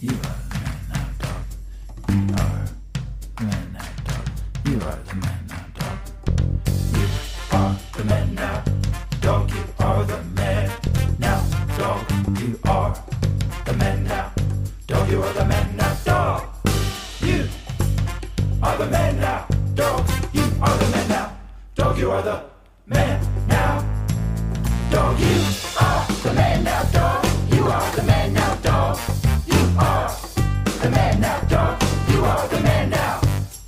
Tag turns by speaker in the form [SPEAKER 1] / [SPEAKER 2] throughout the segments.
[SPEAKER 1] You are the man now, dog. You are the man now, dog. You are the man now, dog. You are the man now, dog. You are the man now, dog. You are the man now, dog. You are the man now, dog. You are the man now, dog. You are the man now, dog. You are the man now, dog. You are the man now, dog. You are the man now, dog. You are the man now, dog. You are the man now,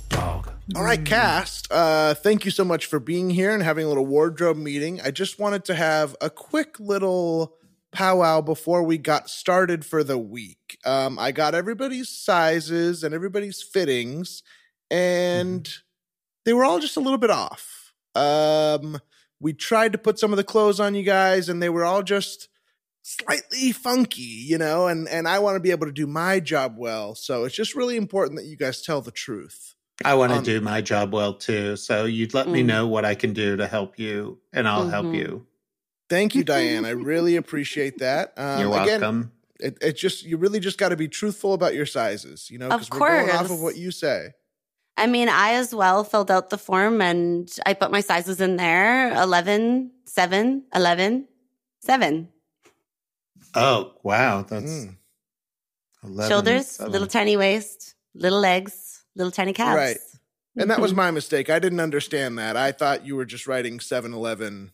[SPEAKER 1] dog.
[SPEAKER 2] All right, cast. Uh, thank you so much for being here and having a little wardrobe meeting. I just wanted to have a quick little powwow before we got started for the week. Um, I got everybody's sizes and everybody's fittings, and they were all just a little bit off. Um, we tried to put some of the clothes on you guys, and they were all just slightly funky, you know. And and I want to be able to do my job well, so it's just really important that you guys tell the truth.
[SPEAKER 3] I want to
[SPEAKER 2] Um,
[SPEAKER 3] do my job well too. So you'd let me
[SPEAKER 4] Mm.
[SPEAKER 3] know what I can do to help you, and I'll help
[SPEAKER 4] Mhm.
[SPEAKER 3] you.
[SPEAKER 2] Thank you, Diane. I really appreciate that. Um,
[SPEAKER 3] You're
[SPEAKER 2] Again,
[SPEAKER 3] welcome.
[SPEAKER 2] it, it just you really just got to be truthful about your sizes, you know,
[SPEAKER 4] Of
[SPEAKER 2] because we're going off of
[SPEAKER 4] course.
[SPEAKER 2] what you say.
[SPEAKER 4] I mean, I as well filled out the form and I put my sizes in there 11, 7, 11, 7.
[SPEAKER 3] oh wow, that's
[SPEAKER 2] Mm,
[SPEAKER 3] 11,
[SPEAKER 4] Shoulders,
[SPEAKER 3] seven.
[SPEAKER 4] little tiny waist, little legs, little tiny calves.
[SPEAKER 2] Right. And that was
[SPEAKER 4] Mm-hmm.
[SPEAKER 2] my mistake. I didn't understand that. I thought you were just writing 7-Eleven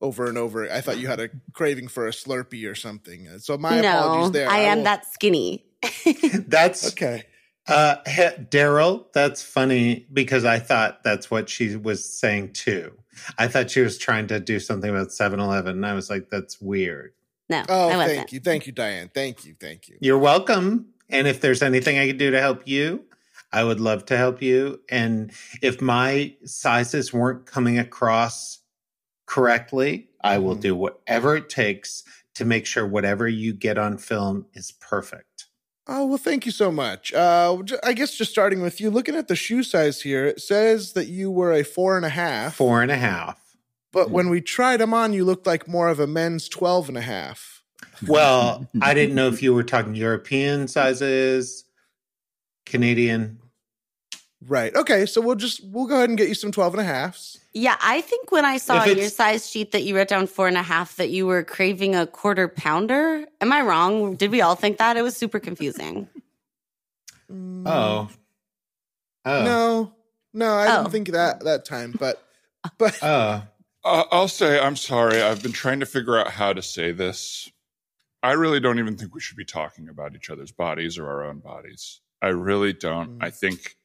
[SPEAKER 2] over and over. I thought you had a craving for a Slurpee or something. Uh, So my apologies there.
[SPEAKER 4] I, am
[SPEAKER 2] will-
[SPEAKER 4] that skinny.
[SPEAKER 3] That's
[SPEAKER 2] Okay.
[SPEAKER 3] uh, he- Daryl. That's funny because I thought that's what she was saying too. I thought she was trying to do something about 7-Eleven, and I was like, that's weird.
[SPEAKER 4] No,
[SPEAKER 2] Oh,
[SPEAKER 4] I wasn't.
[SPEAKER 2] thank you, thank you, Diane. Thank you, thank you.
[SPEAKER 3] You're welcome. And if there's anything I can do to help you, I would love to help you. And if my sizes weren't coming across correctly, I will
[SPEAKER 2] Mhm.
[SPEAKER 3] do whatever it takes to make sure whatever you get on film is perfect.
[SPEAKER 2] Oh, well, thank you so much. Uh, j- I guess just starting with you, looking at the shoe size here, it says that you were a four and a half.
[SPEAKER 3] Four and a half.
[SPEAKER 2] But when we tried them on, you looked like more of a men's 12 and a half.
[SPEAKER 3] Well, I didn't know if you were talking European sizes, Canadian.
[SPEAKER 2] Right. Okay. So we'll just, we'll go ahead and get you some 12 and a halves.
[SPEAKER 4] Yeah, I think when I saw
[SPEAKER 3] If
[SPEAKER 4] in your
[SPEAKER 3] it's-
[SPEAKER 4] size sheet that you wrote down four and a half, that you were craving a quarter pounder. Am I wrong? Did we all think that? It was super confusing.
[SPEAKER 2] Mm,
[SPEAKER 3] Oh. Oh.
[SPEAKER 2] No. No, I
[SPEAKER 4] Oh.
[SPEAKER 2] didn't think that that time, but, but
[SPEAKER 3] Oh.
[SPEAKER 5] Uh, I'll say I'm sorry. I've been trying to figure out how to say this. I really don't even think we should be talking about each other's bodies or our own bodies. I really don't.
[SPEAKER 2] Mm.
[SPEAKER 5] I think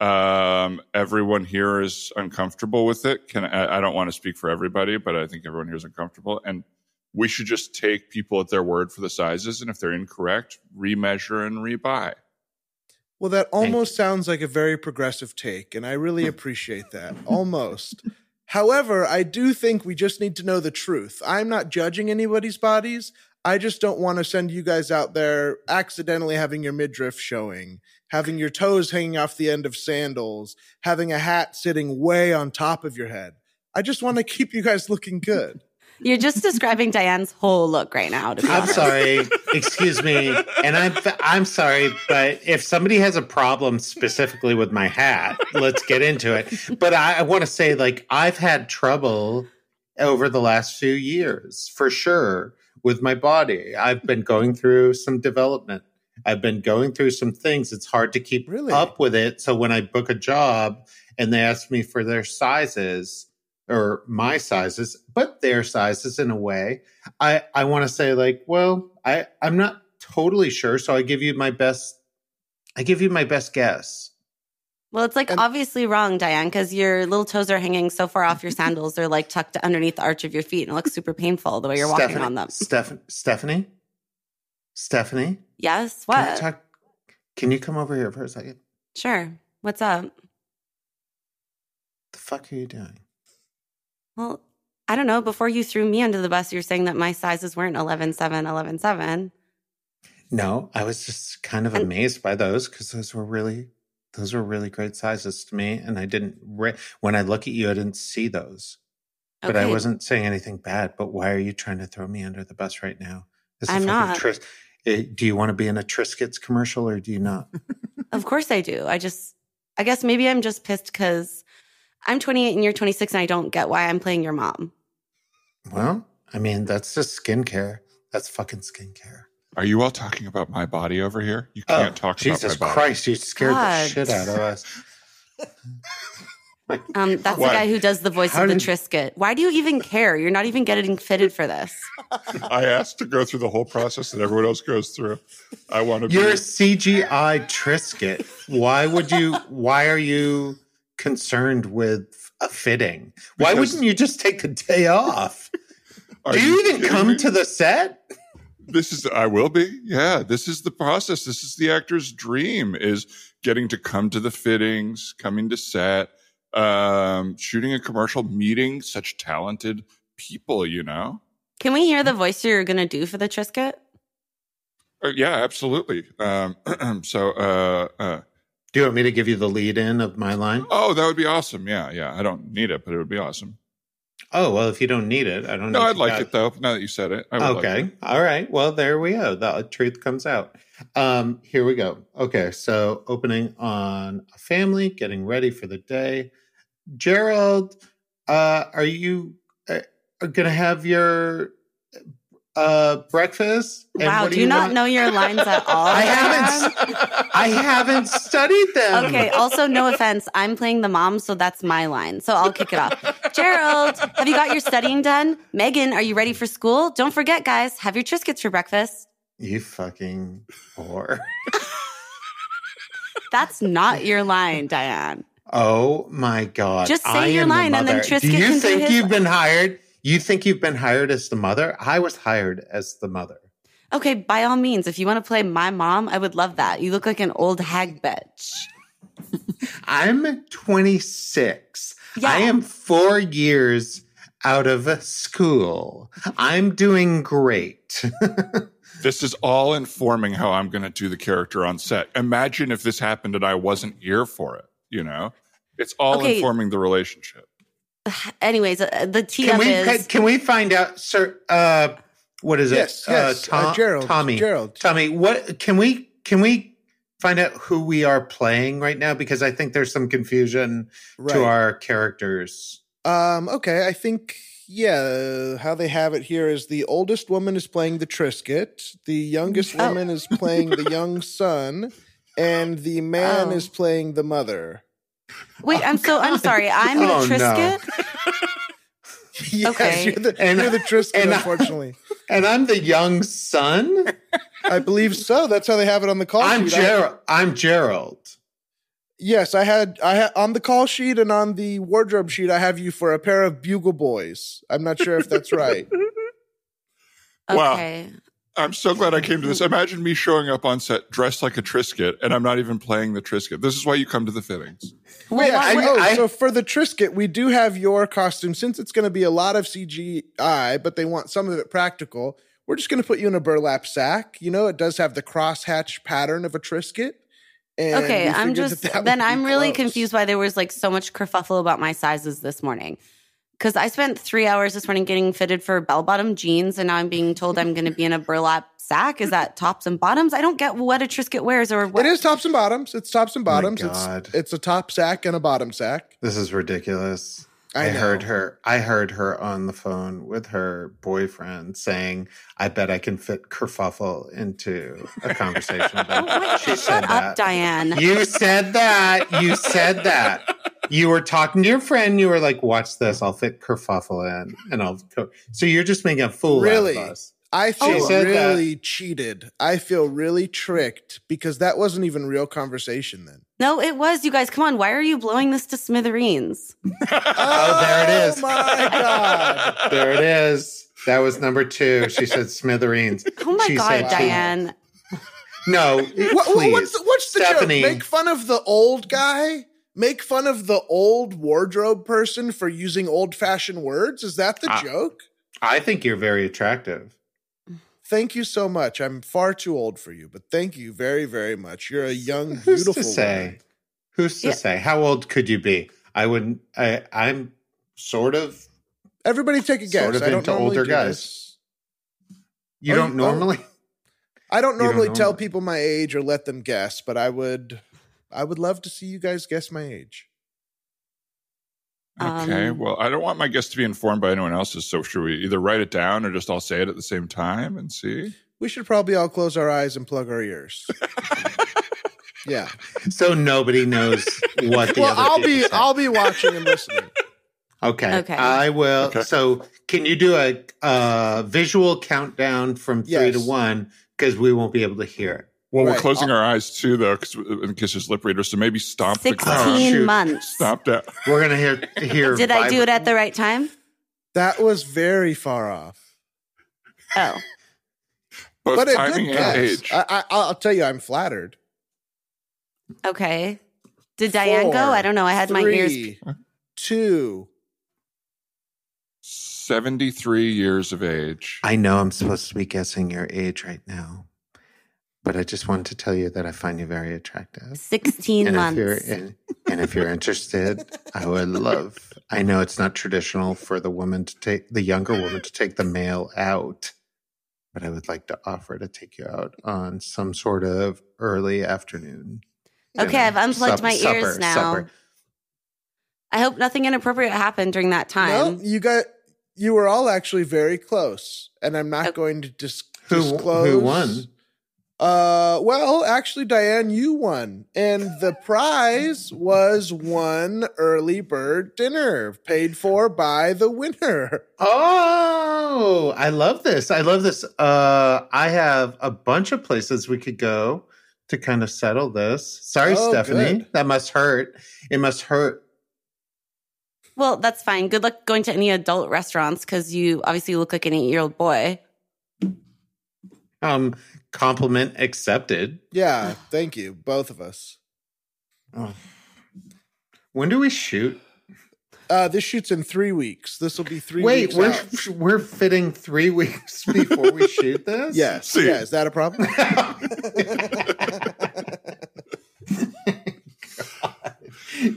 [SPEAKER 5] um, everyone here is uncomfortable with it. Can I, I don't want to speak for everybody, but I think everyone here is uncomfortable. And we should just take people at their word for the sizes, and if they're incorrect, remeasure and rebuy.
[SPEAKER 2] well, that
[SPEAKER 3] Thank Hmm.
[SPEAKER 2] almost sounds like a very progressive take, and I really appreciate that. almost. However, I do think we just need to know the truth. I'm not judging anybody's bodies. I just don't want to send you guys out there accidentally having your midriff showing, having your toes hanging off the end of sandals, having a hat sitting way on top of your head. I just want to keep you guys looking good.
[SPEAKER 4] You're just describing Diane's whole look right now. To be
[SPEAKER 3] I'm
[SPEAKER 4] honest.
[SPEAKER 3] sorry. Excuse me. And I'm I'm sorry, but if somebody has a problem specifically with my hat, let's get into it. But I, I want to say, like, I've had trouble over the last few years for sure with my body. I've been going through some development. I've been going through some things. It's hard to keep
[SPEAKER 2] Really?
[SPEAKER 3] up with it. So when I book a job and they ask me for their sizes or my sizes, but their sizes in a way, I, I want to say like, well, I, I'm not totally sure. So I give you my best, I give you my best guess.
[SPEAKER 4] Well, it's like
[SPEAKER 2] And-
[SPEAKER 4] obviously wrong, Diane, because your little toes are hanging so far off your sandals. They're like tucked underneath the arch of your feet and it looks super painful the way you're walking
[SPEAKER 3] Stephanie-
[SPEAKER 4] on them.
[SPEAKER 3] Steph- Stephanie, Stephanie, Can,
[SPEAKER 4] Yes. What?
[SPEAKER 3] I talk, can you come over here for a second?
[SPEAKER 4] sure. What's up?
[SPEAKER 3] The fuck are you doing?
[SPEAKER 4] Well, I don't know. Before you threw me under the bus, you're saying that my sizes weren't 11, 7, 11, 7.
[SPEAKER 3] No, I was just kind of
[SPEAKER 4] And-
[SPEAKER 3] amazed by those because those were really, those were really great sizes to me. And I didn't, re- when I look at you, I didn't see those. But I
[SPEAKER 4] Okay.
[SPEAKER 3] wasn't saying anything bad. But why are you trying to throw me under the bus right now? This
[SPEAKER 4] I'm
[SPEAKER 3] fucking
[SPEAKER 4] not.
[SPEAKER 3] Tris- Eh, Do you want to be in a Triscuits commercial or do you not?
[SPEAKER 4] Of course I do. I just, I guess maybe I'm just pissed because I'm 28 and you're 26 and I don't get why I'm playing your mom.
[SPEAKER 3] Well, I mean, that's just skincare. That's fucking skincare.
[SPEAKER 5] Are you all talking about my body over here? You
[SPEAKER 3] Oh,
[SPEAKER 5] can't talk
[SPEAKER 3] Jesus
[SPEAKER 5] about my body.
[SPEAKER 3] Christ, you scared
[SPEAKER 4] God.
[SPEAKER 3] the shit out of us.
[SPEAKER 4] Um, that's
[SPEAKER 5] Why?
[SPEAKER 4] the guy who does the voice
[SPEAKER 3] How
[SPEAKER 4] of the
[SPEAKER 3] did-
[SPEAKER 4] Trisket. Why do you even care? You're not even getting fitted for this.
[SPEAKER 5] I asked to go through the whole process that everyone else goes through. I want to
[SPEAKER 3] You're a
[SPEAKER 5] be.
[SPEAKER 3] CGI Trisket. Why would you? Why are you concerned with a fitting? Why
[SPEAKER 5] Because-
[SPEAKER 3] wouldn't you just take the day off?
[SPEAKER 5] Are
[SPEAKER 3] Do you even
[SPEAKER 5] kidding
[SPEAKER 3] come
[SPEAKER 5] me?
[SPEAKER 3] to the set?
[SPEAKER 5] This is. I will be. Yeah. This is the process. This is the actor's dream: is getting to come to the fittings, coming to set, um, shooting a commercial, meeting such talented people. You know.
[SPEAKER 4] Can we hear the voice you're going to do for the Trisket?
[SPEAKER 5] Uh, yeah, absolutely. Um, so, uh, uh,
[SPEAKER 3] Do you want me to give you the lead in of my line?
[SPEAKER 5] oh, that would be awesome. Yeah, yeah. I don't need it, but it would be awesome.
[SPEAKER 3] Oh well, if you don't need it, I don't.
[SPEAKER 5] No,
[SPEAKER 3] know if
[SPEAKER 5] I'd
[SPEAKER 3] you
[SPEAKER 5] like
[SPEAKER 3] got-
[SPEAKER 5] it though. Now that you said it, I would like
[SPEAKER 3] okay.
[SPEAKER 5] it.
[SPEAKER 3] All right. Well, there we go. The truth comes out. Um, here we go. Okay. So opening on a family, getting ready for the day. Gerald, uh, are you uh, going to have your uh, breakfast? And
[SPEAKER 4] wow,
[SPEAKER 3] what
[SPEAKER 4] do you, not
[SPEAKER 3] want-
[SPEAKER 4] know your lines at all?
[SPEAKER 3] I
[SPEAKER 4] Brad?
[SPEAKER 3] haven't. I haven't studied them.
[SPEAKER 4] Okay, also, no offense. I'm playing the mom, so that's my line. So I'll kick it off. Gerald, have you got your studying done? Megan, are you ready for school? Don't forget, guys, have your Triscuits for breakfast.
[SPEAKER 3] You fucking whore.
[SPEAKER 4] That's not your line, Diane.
[SPEAKER 3] Oh my god!
[SPEAKER 4] Just say
[SPEAKER 3] I
[SPEAKER 4] your
[SPEAKER 3] am the
[SPEAKER 4] line and then
[SPEAKER 3] mother.
[SPEAKER 4] Triscuit
[SPEAKER 3] Do
[SPEAKER 4] can
[SPEAKER 3] you
[SPEAKER 4] do
[SPEAKER 3] think
[SPEAKER 4] his-
[SPEAKER 3] you've been hired? You think you've been hired as the mother? I was hired as the mother.
[SPEAKER 4] Okay, by all means, if you want to play my mom, I would love that. You look like an old hag bitch.
[SPEAKER 3] I'm 26.
[SPEAKER 4] Yeah.
[SPEAKER 3] I am four years out of school. I'm doing great.
[SPEAKER 5] This is all informing how I'm going to do the character on set. Imagine if this happened and I wasn't here for it. You know, it's all
[SPEAKER 4] Okay.
[SPEAKER 5] informing the relationship.
[SPEAKER 4] Anyways, uh, the tee
[SPEAKER 3] can
[SPEAKER 4] up
[SPEAKER 3] we
[SPEAKER 4] is
[SPEAKER 3] can, can we find out, sir? Uh, what is
[SPEAKER 2] Yes,
[SPEAKER 3] it?
[SPEAKER 2] yes, uh,
[SPEAKER 3] Tom-
[SPEAKER 2] Gerald,
[SPEAKER 3] Tommy,
[SPEAKER 2] Gerald.
[SPEAKER 3] Tommy. What can we can we find out who we are playing right now? Because I think there's some confusion to our characters.
[SPEAKER 2] Um, okay, I think yeah, how they have it here is the oldest woman is playing the Trisket, the youngest
[SPEAKER 4] Oh.
[SPEAKER 2] woman is playing the young son, and the man
[SPEAKER 4] Oh.
[SPEAKER 2] is playing the mother.
[SPEAKER 4] wait. I'm so I'm sorry. I'm
[SPEAKER 3] Oh,
[SPEAKER 4] the
[SPEAKER 3] no.
[SPEAKER 4] Trisket.
[SPEAKER 2] Yes,
[SPEAKER 4] Okay.
[SPEAKER 2] you're the,
[SPEAKER 3] And-
[SPEAKER 2] you're the Trisket,
[SPEAKER 3] and I-
[SPEAKER 2] unfortunately.
[SPEAKER 3] And I'm the young son.
[SPEAKER 2] I, believe so. That's how they have it on the call
[SPEAKER 3] I'm
[SPEAKER 2] sheet. I-
[SPEAKER 3] Gerald. I'm Gerald.
[SPEAKER 2] yes, I had I had on the call sheet and on the wardrobe sheet I have you for a pair of bugle boys. I'm not sure if that's right.
[SPEAKER 5] Wow.
[SPEAKER 4] Okay.
[SPEAKER 5] I'm so glad I came to
[SPEAKER 2] Mm-hmm.
[SPEAKER 5] this. Imagine me showing up on set dressed like a Trisket and I'm not even playing the Trisket. This is why you come to the fittings.
[SPEAKER 3] Wait,
[SPEAKER 2] Yeah,
[SPEAKER 3] I-
[SPEAKER 2] so- oh,
[SPEAKER 3] I-
[SPEAKER 2] so for the Trisket, we do have your costume. Since it's going to be a lot of CGI, but they want some of it practical, we're just going to put you in a burlap sack. You know, it does have the crosshatch pattern of a Trisket. And
[SPEAKER 4] Okay.
[SPEAKER 2] we
[SPEAKER 4] I'm
[SPEAKER 2] figured
[SPEAKER 4] just
[SPEAKER 2] that that
[SPEAKER 4] then
[SPEAKER 2] would be
[SPEAKER 4] I'm really
[SPEAKER 2] close.
[SPEAKER 4] confused why there was like so much kerfuffle about my sizes this morning. Because I spent three hours this morning getting fitted for bell bottom jeans, and now I'm being told I'm going to be in a burlap sack. Is that tops and bottoms? I don't get what a Trisket wears or what.
[SPEAKER 2] It is tops and bottoms. It's tops and
[SPEAKER 3] my
[SPEAKER 2] bottoms.
[SPEAKER 3] God.
[SPEAKER 2] it's it's a top sack and a bottom sack.
[SPEAKER 3] This is ridiculous.
[SPEAKER 2] I,
[SPEAKER 3] I,
[SPEAKER 2] know.
[SPEAKER 3] heard her. I heard her on the phone with her boyfriend saying, "I bet I can fit kerfuffle into a conversation."
[SPEAKER 4] Oh my
[SPEAKER 3] about
[SPEAKER 4] God,
[SPEAKER 3] she said
[SPEAKER 4] shut up,
[SPEAKER 3] that.
[SPEAKER 4] Diane.
[SPEAKER 3] You said that. You said that. You were talking to your friend. You were like, "Watch this. I'll fit kerfuffle in, and I'll." Co-. So you're just making a fool
[SPEAKER 2] Really?
[SPEAKER 3] out of us.
[SPEAKER 4] Oh.
[SPEAKER 2] I feel
[SPEAKER 3] said that.
[SPEAKER 2] really cheated. I feel really tricked because that wasn't even real conversation then.
[SPEAKER 4] No, it was you guys. Come on, why are you blowing this to smithereens?
[SPEAKER 3] Oh, there it is.
[SPEAKER 2] Oh my god.
[SPEAKER 3] There it is. That was number two. She said smithereens.
[SPEAKER 4] Oh my
[SPEAKER 3] She said
[SPEAKER 4] god,
[SPEAKER 3] she-
[SPEAKER 4] Diane.
[SPEAKER 3] No,
[SPEAKER 2] What,
[SPEAKER 3] please.
[SPEAKER 2] what's the, what's the
[SPEAKER 3] Stephanie.
[SPEAKER 2] joke? Make fun of the old guy? Make fun of the old wardrobe person for using old fashioned words? Is that the
[SPEAKER 3] Ah.
[SPEAKER 2] joke?
[SPEAKER 3] I think you're very attractive.
[SPEAKER 2] Thank you so much. I'm far too old for you, but thank you very, very much. You're a young,
[SPEAKER 3] Who's
[SPEAKER 2] beautiful
[SPEAKER 3] to say?
[SPEAKER 2] woman.
[SPEAKER 3] Who's to
[SPEAKER 4] Yeah.
[SPEAKER 3] say? How old could you be? I wouldn't. I, I'm sort of.
[SPEAKER 2] Everybody take a guess.
[SPEAKER 3] Sort of
[SPEAKER 2] I don't
[SPEAKER 3] into
[SPEAKER 2] normally
[SPEAKER 3] older
[SPEAKER 2] do
[SPEAKER 3] guys.
[SPEAKER 2] this.
[SPEAKER 3] You
[SPEAKER 2] Are
[SPEAKER 3] don't
[SPEAKER 2] you-
[SPEAKER 3] normally.
[SPEAKER 2] I don't
[SPEAKER 3] don't
[SPEAKER 2] normally
[SPEAKER 3] know
[SPEAKER 2] tell
[SPEAKER 3] it.
[SPEAKER 2] people my age or let them guess, but I would I would love to see you guys guess my age.
[SPEAKER 5] Okay.
[SPEAKER 4] Um,
[SPEAKER 5] well, I don't want my guests to be informed by anyone else's. So should we either write it down or just all say it at the same time and see?
[SPEAKER 2] We should probably all close our eyes and plug our ears. yeah.
[SPEAKER 3] So nobody knows what the
[SPEAKER 2] Well,
[SPEAKER 3] other
[SPEAKER 2] I'll
[SPEAKER 3] people
[SPEAKER 2] be
[SPEAKER 3] said.
[SPEAKER 2] I'll be watching and listening.
[SPEAKER 3] Okay.
[SPEAKER 4] Okay.
[SPEAKER 3] I will.
[SPEAKER 5] Okay.
[SPEAKER 3] So, can you do a uh, visual countdown from three to
[SPEAKER 2] Yes.
[SPEAKER 3] one? Because we won't be able to hear it.
[SPEAKER 5] Well,
[SPEAKER 2] Right.
[SPEAKER 5] we're closing our eyes too, though, 'cause- uh, in case there's lip readers. So maybe stomp the ground.
[SPEAKER 3] Oh,
[SPEAKER 4] 16
[SPEAKER 3] shoot.
[SPEAKER 4] months.
[SPEAKER 5] Stomp down.
[SPEAKER 3] We're gonna hear. hear
[SPEAKER 4] Did I do
[SPEAKER 3] vibra-
[SPEAKER 4] it at the right time?
[SPEAKER 2] That was very far off.
[SPEAKER 4] Oh,
[SPEAKER 5] Both
[SPEAKER 2] but a
[SPEAKER 5] timing
[SPEAKER 2] good guess.
[SPEAKER 5] and age.
[SPEAKER 2] I, I I'll tell you I'm flattered.
[SPEAKER 4] okay. Did Diane go?
[SPEAKER 2] Four,
[SPEAKER 4] I don't know. I had my ears.
[SPEAKER 2] Three, two.
[SPEAKER 5] 73 years of age.
[SPEAKER 3] I know I'm supposed to be guessing your age right now, but I just wanted to tell you that I find you very attractive.
[SPEAKER 4] 16
[SPEAKER 3] and
[SPEAKER 4] months.
[SPEAKER 3] if you're and, and if you're interested, I would love. I know it's not traditional for the woman to take the younger woman to take the male out, but I would like to offer to take you out on some sort of early afternoon.
[SPEAKER 4] Okay,
[SPEAKER 3] dinner,
[SPEAKER 4] I've unplugged
[SPEAKER 3] sup-
[SPEAKER 4] my ears now. I hope nothing inappropriate happened during that time.
[SPEAKER 2] No, you got you were all actually very close, and I'm not
[SPEAKER 4] Okay.
[SPEAKER 2] going to dis-
[SPEAKER 3] Who
[SPEAKER 2] disclose
[SPEAKER 3] who won?
[SPEAKER 2] Uh, well, actually, Diane, you won, and the prize was one early bird dinner paid for by the winner.
[SPEAKER 3] Oh, I love this. I love this. Uh, I have a bunch of places we could go to kind of settle this. Sorry,
[SPEAKER 2] Oh,
[SPEAKER 3] Stephanie.
[SPEAKER 2] good.
[SPEAKER 3] That must hurt. It must hurt.
[SPEAKER 4] Well, that's fine. Good luck going to any adult restaurants because you obviously look like an eight year old boy.
[SPEAKER 3] Um, compliment accepted.
[SPEAKER 2] Yeah, thank you, both of us.
[SPEAKER 3] When do we shoot?
[SPEAKER 2] Uh, this shoots in three weeks. This will be three. weeks
[SPEAKER 3] Wait, we're
[SPEAKER 2] out.
[SPEAKER 3] we're fitting three weeks before we shoot this.
[SPEAKER 2] yes,
[SPEAKER 5] See.
[SPEAKER 2] yeah. Is that a problem?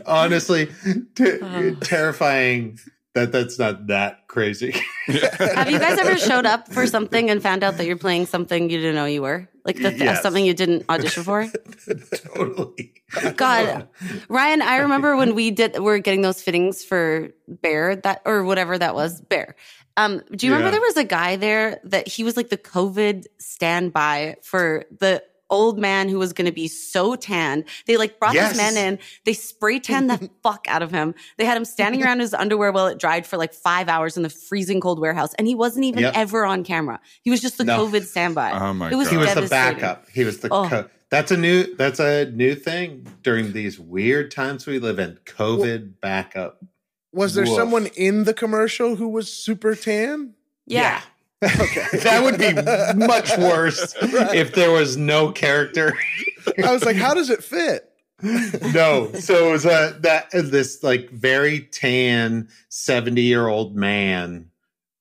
[SPEAKER 3] Honestly, t-
[SPEAKER 4] Oh.
[SPEAKER 3] terrifying that that's not that crazy.
[SPEAKER 4] Have you guys ever showed up for something and found out that you're playing something you didn't know you were? Like the th-
[SPEAKER 3] Yes.
[SPEAKER 4] something you didn't audition for?
[SPEAKER 3] totally.
[SPEAKER 4] God. Ryan, I remember when we did we were getting those fittings for Bear that or whatever that was, Bear. Um, do you
[SPEAKER 3] Yeah.
[SPEAKER 4] remember there was a guy there that he was like the COVID standby for the old man who was going to be so tanned. They like brought
[SPEAKER 3] Yes.
[SPEAKER 4] this man in, they spray tanned the fuck out of him. They had him standing around in his underwear while it dried for like 5 hours in the freezing cold warehouse and he wasn't even
[SPEAKER 3] Yep.
[SPEAKER 4] ever on camera. He was just the
[SPEAKER 3] No. Uh-huh.
[SPEAKER 4] COVID standby.
[SPEAKER 5] Oh my
[SPEAKER 4] it was
[SPEAKER 5] God.
[SPEAKER 3] He was the
[SPEAKER 4] devastating.
[SPEAKER 3] backup. He was the
[SPEAKER 4] Oh.
[SPEAKER 3] co- that's a new that's a new thing during these weird times we live in. COVID backup.
[SPEAKER 2] Was there
[SPEAKER 3] Woof.
[SPEAKER 2] someone in the commercial who was super tan?
[SPEAKER 4] yeah.
[SPEAKER 2] Okay,
[SPEAKER 3] that would be much worse if there was no character.
[SPEAKER 2] I was like, how does it fit?
[SPEAKER 3] no, so it was a that uh, this like very tan seventy year old man,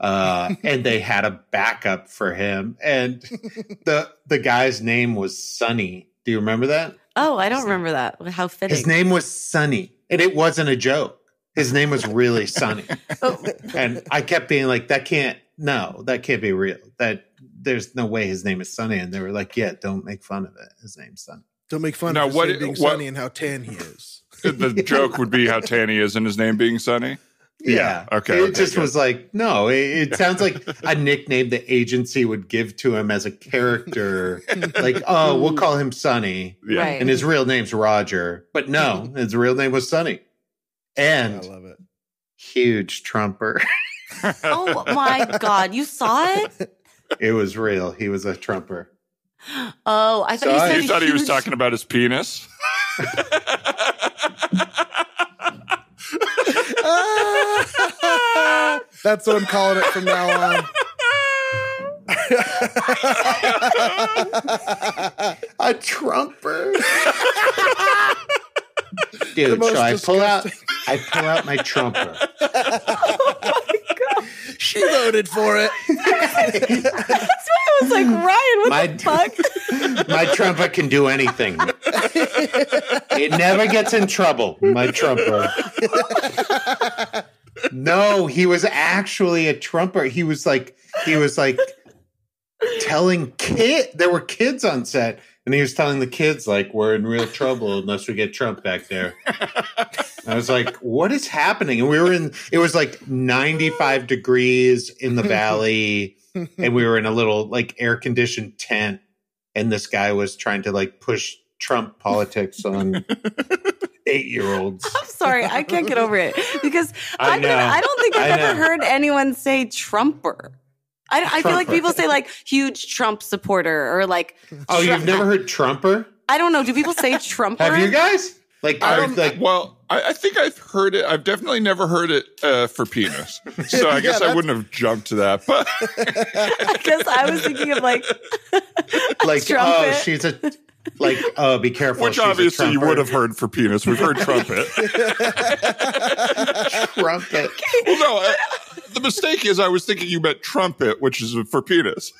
[SPEAKER 3] uh, and they had a backup for him, and the the guy's name was Sunny. Do you remember that?
[SPEAKER 4] Oh, I don't remember that. How fitting.
[SPEAKER 3] His name was Sunny, and it wasn't a joke. His name was really Sunny,
[SPEAKER 4] Oh,
[SPEAKER 3] and I kept being like, "That can't, no, that can't be real. That there's no way his name is Sunny." And they were like, "Yeah, don't make fun of it. His name's Sunny."
[SPEAKER 2] Don't make fun
[SPEAKER 5] Now,
[SPEAKER 2] of his
[SPEAKER 5] what-
[SPEAKER 2] name being
[SPEAKER 5] what-
[SPEAKER 2] sunny and how tan he is.
[SPEAKER 5] the joke would be how tan he is and his name being Sunny.
[SPEAKER 3] Yeah.
[SPEAKER 5] Yeah, okay,
[SPEAKER 3] It
[SPEAKER 5] okay,
[SPEAKER 3] just
[SPEAKER 5] good.
[SPEAKER 3] was like, no, it, it sounds like a nickname the agency would give to him as a character. like, oh, we'll call him Sonny.
[SPEAKER 5] Yeah.
[SPEAKER 4] Right.
[SPEAKER 3] And his real name's Roger. But no, his real name was Sonny.
[SPEAKER 2] I
[SPEAKER 3] And
[SPEAKER 2] love it.
[SPEAKER 3] huge Trumper.
[SPEAKER 4] oh my God. You saw it?
[SPEAKER 3] it was real. He was a Trumper.
[SPEAKER 4] Oh, I thought
[SPEAKER 3] Sorry.
[SPEAKER 4] you said
[SPEAKER 5] You thought he was
[SPEAKER 4] huge-
[SPEAKER 5] talking about his penis?
[SPEAKER 2] Ah, That's what I'm calling it from now on.
[SPEAKER 3] A Trumper.
[SPEAKER 2] The
[SPEAKER 3] Dude,
[SPEAKER 2] most
[SPEAKER 3] so I pull out
[SPEAKER 2] disgusting-
[SPEAKER 3] I pull out my Trumper.
[SPEAKER 2] she voted for it.
[SPEAKER 4] That's why I was like, Ryan, what
[SPEAKER 3] My-
[SPEAKER 4] the fuck?
[SPEAKER 3] My trumper can do anything. it never gets in trouble, my trumper. no, he was actually a trumper. He was like he was like telling kid there were kids on set, and he was telling the kids like we're in real trouble unless we get Trump back there. I was like, what is happening? And we were in it was like 95 degrees in the valley, and we were in a little like air conditioned tent, and this guy was trying to like push Trump politics on eight year olds.
[SPEAKER 4] I'm sorry, I can't get over it because
[SPEAKER 3] I
[SPEAKER 4] I,
[SPEAKER 3] know.
[SPEAKER 4] I don't think
[SPEAKER 3] I
[SPEAKER 4] I've ever
[SPEAKER 3] know.
[SPEAKER 4] heard anyone say Trumper. I, I feel like
[SPEAKER 3] Trumper.
[SPEAKER 4] people say like huge Trump supporter or like
[SPEAKER 3] Oh,
[SPEAKER 4] Trump-
[SPEAKER 3] you've never heard Trumper?
[SPEAKER 4] I don't know. Do people say Trumper?
[SPEAKER 3] Have you guys? Like,
[SPEAKER 5] I
[SPEAKER 3] are,
[SPEAKER 5] don't,
[SPEAKER 3] like
[SPEAKER 5] Um, well, I, I think I've heard it. I've definitely never heard it uh, for penis. So I guess I
[SPEAKER 2] that's-
[SPEAKER 5] wouldn't have jumped to that. But
[SPEAKER 4] I guess I was thinking of like
[SPEAKER 3] like
[SPEAKER 4] Trumpet.
[SPEAKER 3] oh she's a like oh be careful
[SPEAKER 5] which
[SPEAKER 3] she's a
[SPEAKER 5] obviously you
[SPEAKER 3] Trumper.
[SPEAKER 5] would have heard for penis. We've heard trumpet.
[SPEAKER 3] Trumpet.
[SPEAKER 5] well, no, I, the mistake is I was thinking you meant trumpet, which is for penis.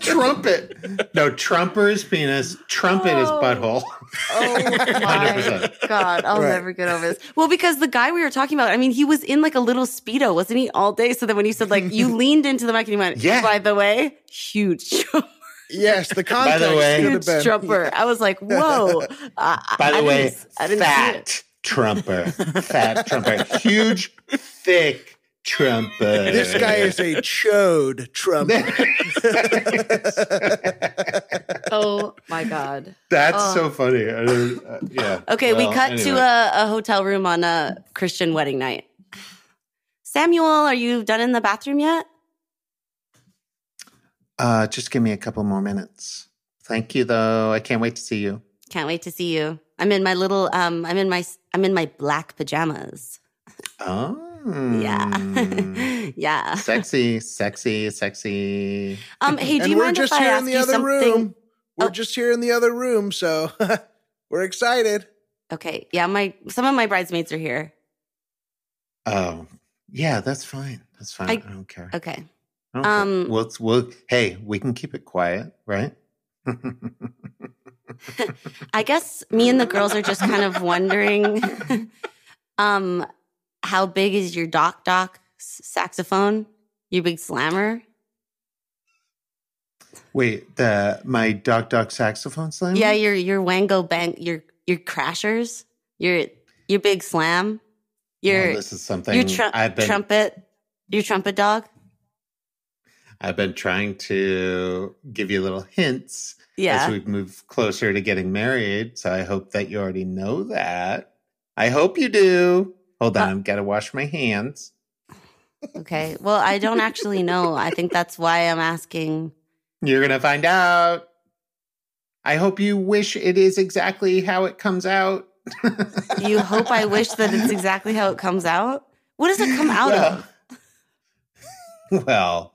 [SPEAKER 3] trumpet no trumper is penis trumpet is
[SPEAKER 4] Oh.
[SPEAKER 3] butthole
[SPEAKER 4] Oh my
[SPEAKER 3] 100%.
[SPEAKER 4] god! I'll
[SPEAKER 2] Right.
[SPEAKER 4] never get over this. Well, because the guy we were talking about, I mean, he was in like a little speedo, wasn't he, all day? So then when you said like you leaned into the mic and you went,
[SPEAKER 3] Yeah.
[SPEAKER 4] By the way, huge, Trump-
[SPEAKER 2] Yes, the context
[SPEAKER 3] way-
[SPEAKER 2] could
[SPEAKER 4] huge
[SPEAKER 2] have been.
[SPEAKER 4] Trumper. I was like, whoa. Uh,
[SPEAKER 3] by the
[SPEAKER 4] I
[SPEAKER 3] way
[SPEAKER 4] didn't- I didn't see it.
[SPEAKER 3] fat trumper fat trumper huge thick trumper
[SPEAKER 2] This guy is a chode Trump.
[SPEAKER 4] Oh my god.
[SPEAKER 3] that's
[SPEAKER 4] Oh.
[SPEAKER 3] so funny I don't- uh, yeah
[SPEAKER 4] Okay,
[SPEAKER 3] Well,
[SPEAKER 4] we cut to uh,
[SPEAKER 3] anyway.
[SPEAKER 4] a, a hotel room on a Christian wedding night. Samuel, are you done in the bathroom yet?
[SPEAKER 3] uh just give me a couple more minutes thank you though i can't wait to see you
[SPEAKER 4] Can't wait to see you. I'm in my little um I'm in my I'm in my black pajamas.
[SPEAKER 3] oh
[SPEAKER 2] Mm.
[SPEAKER 4] Yeah. yeah.
[SPEAKER 3] sexy sexy sexy
[SPEAKER 4] Um hey, do
[SPEAKER 2] and
[SPEAKER 4] you
[SPEAKER 2] we're
[SPEAKER 4] mind
[SPEAKER 2] just
[SPEAKER 4] if I
[SPEAKER 2] here
[SPEAKER 4] ask
[SPEAKER 2] in the
[SPEAKER 4] you
[SPEAKER 2] other
[SPEAKER 4] something?
[SPEAKER 2] room. We're
[SPEAKER 4] Oh.
[SPEAKER 2] just here in the other room, so we're excited.
[SPEAKER 4] Okay. Yeah, my some of my bridesmaids are here.
[SPEAKER 3] Oh, yeah, that's fine. That's fine. I,
[SPEAKER 4] I-
[SPEAKER 3] don't care.
[SPEAKER 4] Okay.
[SPEAKER 3] I don't care.
[SPEAKER 4] um,
[SPEAKER 3] we'll, we'll, hey, we can keep it quiet, right?
[SPEAKER 4] I guess me and the girls are just kind of wondering um how big is your doc doc s- saxophone? Your big slammer?
[SPEAKER 3] Wait, the my Doc Doc saxophone
[SPEAKER 2] Mm-hmm.
[SPEAKER 3] slam?
[SPEAKER 4] Yeah, your your wango bang your your crashers, your your big slam,
[SPEAKER 3] Well,
[SPEAKER 4] your
[SPEAKER 3] this is something
[SPEAKER 4] your tru-
[SPEAKER 3] I've been
[SPEAKER 4] trumpet, your trumpet dog.
[SPEAKER 3] I've been trying to give you little hints as
[SPEAKER 4] Yeah,
[SPEAKER 3] we move closer to getting married. So I hope that you already know that. I hope you do. Hold on, gotta wash my hands.
[SPEAKER 4] okay. Well, I don't actually know. I think that's why I'm asking.
[SPEAKER 3] You're going to find out. I hope you wish it is exactly how it comes out.
[SPEAKER 4] You hope I wish that it's exactly how it comes out. What does it come out of?
[SPEAKER 3] of? Well,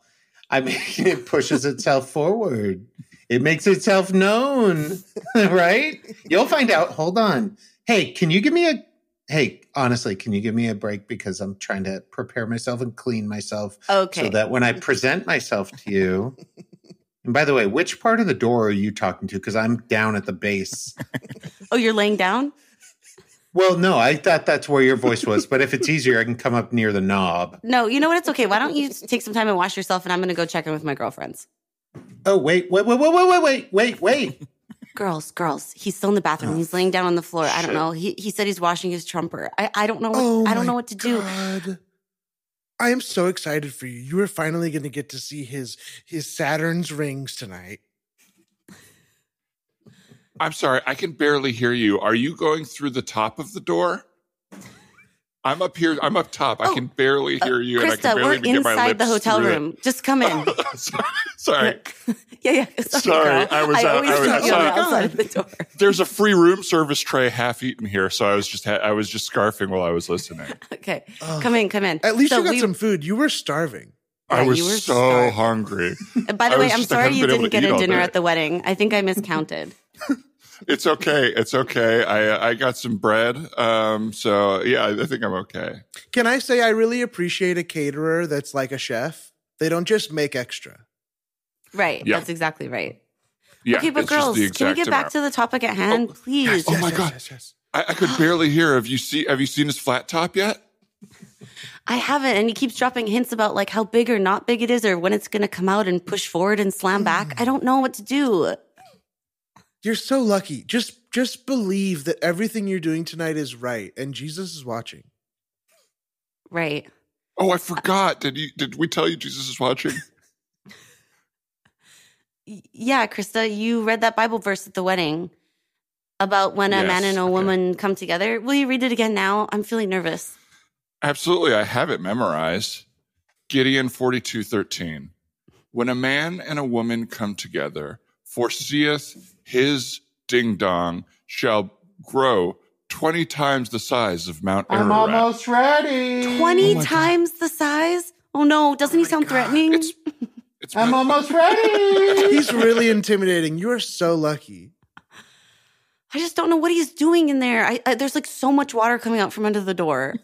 [SPEAKER 3] I mean, it pushes itself forward. It makes itself known, right? You'll find out. Hold on. Hey, can you give me a hey, honestly, can you give me a break because I'm trying to prepare myself and clean myself
[SPEAKER 4] Okay.
[SPEAKER 3] so that when I present myself to you. And by the way, which part of the door are you talking to? Because I'm down at the base.
[SPEAKER 4] oh, you're laying down.
[SPEAKER 3] Well, no, I thought that's where your voice was, but if it's easier, I can come up near the knob.
[SPEAKER 4] No, you know what? It's okay. Why don't you take some time and wash yourself? And I'm gonna go check in with my girlfriends.
[SPEAKER 3] Oh, wait, wait, wait, wait, wait, wait, wait, wait, wait.
[SPEAKER 4] Girls, girls. He's still in the bathroom.
[SPEAKER 2] Oh,
[SPEAKER 4] He's laying down on the floor. I don't know. He he said he's washing his trumper. I, I don't know. What,
[SPEAKER 2] Oh,
[SPEAKER 4] I don't
[SPEAKER 2] my
[SPEAKER 4] know what to do.
[SPEAKER 2] God. I am so excited for you. You are finally going to get to see his his Saturn's rings tonight.
[SPEAKER 5] I'm sorry, I can barely hear you. Are you going through the top of the door? I'm up here. I'm up top. I
[SPEAKER 4] Oh,
[SPEAKER 5] can barely hear you, and I
[SPEAKER 4] Krista,
[SPEAKER 5] can barely
[SPEAKER 4] we're
[SPEAKER 5] even get my
[SPEAKER 4] inside
[SPEAKER 5] lips
[SPEAKER 4] the hotel
[SPEAKER 5] through it.
[SPEAKER 4] room. Just come in.
[SPEAKER 5] sorry, sorry.
[SPEAKER 4] yeah, yeah.
[SPEAKER 5] Sorry,
[SPEAKER 4] girl.
[SPEAKER 5] I was out-
[SPEAKER 4] always
[SPEAKER 5] I was-
[SPEAKER 4] think you're
[SPEAKER 5] sorry.
[SPEAKER 4] outside of the door.
[SPEAKER 5] There's a free room service tray half eaten here, so I was just ha- I was just scarfing while I was listening.
[SPEAKER 4] Okay,
[SPEAKER 2] Ugh.
[SPEAKER 4] come in, come in.
[SPEAKER 2] At least
[SPEAKER 4] So
[SPEAKER 2] you got
[SPEAKER 4] we-
[SPEAKER 2] some food. You were starving.
[SPEAKER 5] I
[SPEAKER 4] Yeah,
[SPEAKER 5] was
[SPEAKER 4] you were
[SPEAKER 5] so
[SPEAKER 4] starving.
[SPEAKER 5] hungry.
[SPEAKER 4] and By the
[SPEAKER 5] I
[SPEAKER 4] way,
[SPEAKER 5] was
[SPEAKER 4] I'm
[SPEAKER 5] just like,
[SPEAKER 4] sorry
[SPEAKER 5] I haven't
[SPEAKER 4] you
[SPEAKER 5] been able
[SPEAKER 4] didn't
[SPEAKER 5] to
[SPEAKER 4] get
[SPEAKER 5] eat
[SPEAKER 4] a
[SPEAKER 5] all
[SPEAKER 4] dinner
[SPEAKER 5] day.
[SPEAKER 4] at the wedding. I think I miscounted.
[SPEAKER 5] It's okay. It's okay. I I got some bread. Um. So yeah, I, I think I'm okay.
[SPEAKER 2] Can I say I really appreciate a caterer that's like a chef? They don't just make extra.
[SPEAKER 4] Right,
[SPEAKER 5] Yeah.
[SPEAKER 4] that's exactly right.
[SPEAKER 5] Yeah.
[SPEAKER 4] okay, but
[SPEAKER 5] it's just
[SPEAKER 4] girls,
[SPEAKER 5] the
[SPEAKER 4] can we
[SPEAKER 5] exact
[SPEAKER 4] get back
[SPEAKER 5] amount.
[SPEAKER 4] to the topic at hand, please?
[SPEAKER 5] Oh my God.
[SPEAKER 2] yes, yes.
[SPEAKER 5] I, I could barely hear. Have you see? Have you seen his flat top yet?
[SPEAKER 4] I haven't. And he keeps dropping hints about like how big or not big it is or when it's going to come out and push forward and slam back. I don't know what to do.
[SPEAKER 2] You're so lucky. Just just believe that everything you're doing tonight is right and Jesus is watching.
[SPEAKER 4] Right.
[SPEAKER 5] Oh, I forgot. Did you? Did we tell you Jesus is watching?
[SPEAKER 4] Y- Yeah, Krista, you read that Bible verse at the wedding about when a
[SPEAKER 5] Yes,
[SPEAKER 4] man and a
[SPEAKER 5] okay.
[SPEAKER 4] woman come together. Will you read it again now? I'm feeling nervous.
[SPEAKER 5] Absolutely, I have it memorized. Gideon forty-two thirteen. When a man and a woman come together, foreseeth his ding dong shall grow twenty times the size of Mount Ararat.
[SPEAKER 3] I'm almost ready.
[SPEAKER 4] 20
[SPEAKER 5] Oh my God.
[SPEAKER 4] times the size? Oh no, doesn't he
[SPEAKER 5] my
[SPEAKER 4] sound
[SPEAKER 5] God,
[SPEAKER 4] threatening?
[SPEAKER 5] It's, it's
[SPEAKER 3] I'm
[SPEAKER 5] Mount-
[SPEAKER 3] almost ready.
[SPEAKER 2] He's really intimidating. You are so lucky.
[SPEAKER 4] I just don't know what he's doing in there. I, I, there's like so much water coming out from under the door.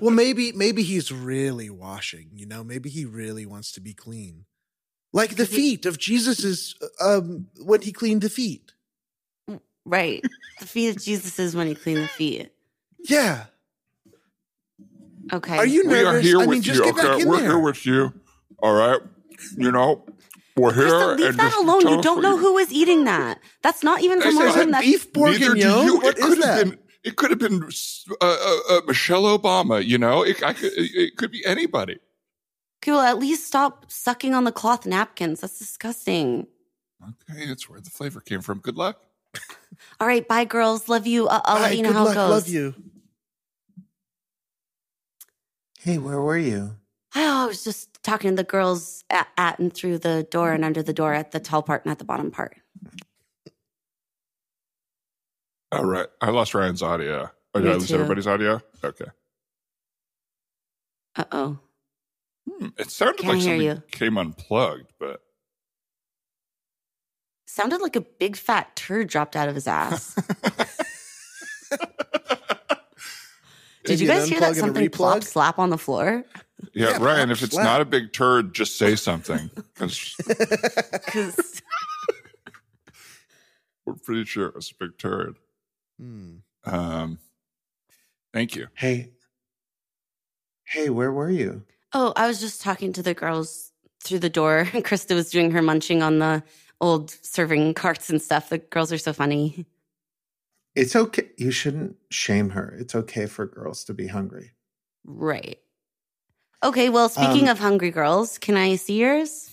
[SPEAKER 2] Well, maybe maybe he's really washing, you know? Maybe he really wants to be clean. Like the feet of Jesus's um when he cleaned the feet.
[SPEAKER 4] Right. The feet of Jesus is when he cleaned the feet.
[SPEAKER 2] Yeah.
[SPEAKER 4] Okay.
[SPEAKER 2] Are you
[SPEAKER 5] we are
[SPEAKER 2] nervous?
[SPEAKER 5] here
[SPEAKER 2] I
[SPEAKER 5] with
[SPEAKER 2] mean, just
[SPEAKER 5] you.
[SPEAKER 2] get back
[SPEAKER 5] Okay,
[SPEAKER 2] in
[SPEAKER 5] we're
[SPEAKER 2] there.
[SPEAKER 5] here with you. All right, you know we're here.
[SPEAKER 4] Krista, leave
[SPEAKER 5] and
[SPEAKER 4] that
[SPEAKER 5] just
[SPEAKER 4] alone.
[SPEAKER 5] tell
[SPEAKER 4] You
[SPEAKER 5] us
[SPEAKER 4] don't
[SPEAKER 5] what
[SPEAKER 4] know
[SPEAKER 5] you-
[SPEAKER 4] who was eating that. That's not even from
[SPEAKER 5] Is
[SPEAKER 4] our
[SPEAKER 5] that
[SPEAKER 4] home. That's
[SPEAKER 2] beef
[SPEAKER 5] Neither do you.
[SPEAKER 2] bourguignon? What
[SPEAKER 5] it
[SPEAKER 2] is
[SPEAKER 5] could have
[SPEAKER 2] that?
[SPEAKER 5] been. It could have been uh, uh, uh, Michelle Obama. You know, it, I could, it, it could be anybody.
[SPEAKER 4] Okay, well, at least stop sucking on the cloth napkins. That's disgusting.
[SPEAKER 5] Okay, that's where the flavor came from. Good luck.
[SPEAKER 4] All right, bye, girls. Love you. Uh, I'll
[SPEAKER 2] Hi,
[SPEAKER 4] let you know
[SPEAKER 2] good
[SPEAKER 4] how
[SPEAKER 2] luck.
[SPEAKER 4] it goes.
[SPEAKER 2] Love you.
[SPEAKER 3] hey, where were you?
[SPEAKER 4] I was just talking to the girls at, at and through the door and under the door at the tall part and at the bottom part.
[SPEAKER 5] All right, I lost Ryan's audio. Oh,
[SPEAKER 4] Me
[SPEAKER 5] did I lose
[SPEAKER 4] too.
[SPEAKER 5] everybody's audio? Okay.
[SPEAKER 4] Uh oh.
[SPEAKER 5] Hmm, It sounded
[SPEAKER 4] Can't
[SPEAKER 5] like
[SPEAKER 4] hear
[SPEAKER 5] something
[SPEAKER 4] you.
[SPEAKER 5] came unplugged, but
[SPEAKER 4] Sounded like a big fat turd dropped out of his ass. Did
[SPEAKER 2] Maybe
[SPEAKER 4] you
[SPEAKER 2] an
[SPEAKER 4] guys hear that
[SPEAKER 2] unplug and a
[SPEAKER 4] something plop
[SPEAKER 2] replug?
[SPEAKER 4] slap on the floor?
[SPEAKER 5] yeah,
[SPEAKER 2] Yeah,
[SPEAKER 5] Ryan, if it's
[SPEAKER 2] slap.
[SPEAKER 5] not a big turd, just say something 'cause
[SPEAKER 4] Because
[SPEAKER 5] we're pretty sure it was a big turd.
[SPEAKER 2] Hmm.
[SPEAKER 5] Um, thank you.
[SPEAKER 3] Hey, hey, where were you?
[SPEAKER 4] oh, I was just talking to the girls through the door. Krista was doing her munching on the old serving carts and stuff. The girls are so funny.
[SPEAKER 3] It's okay. You shouldn't shame her. It's okay for girls to be hungry.
[SPEAKER 4] Right. Okay, well, speaking
[SPEAKER 3] Um,
[SPEAKER 4] of hungry girls, can I see yours?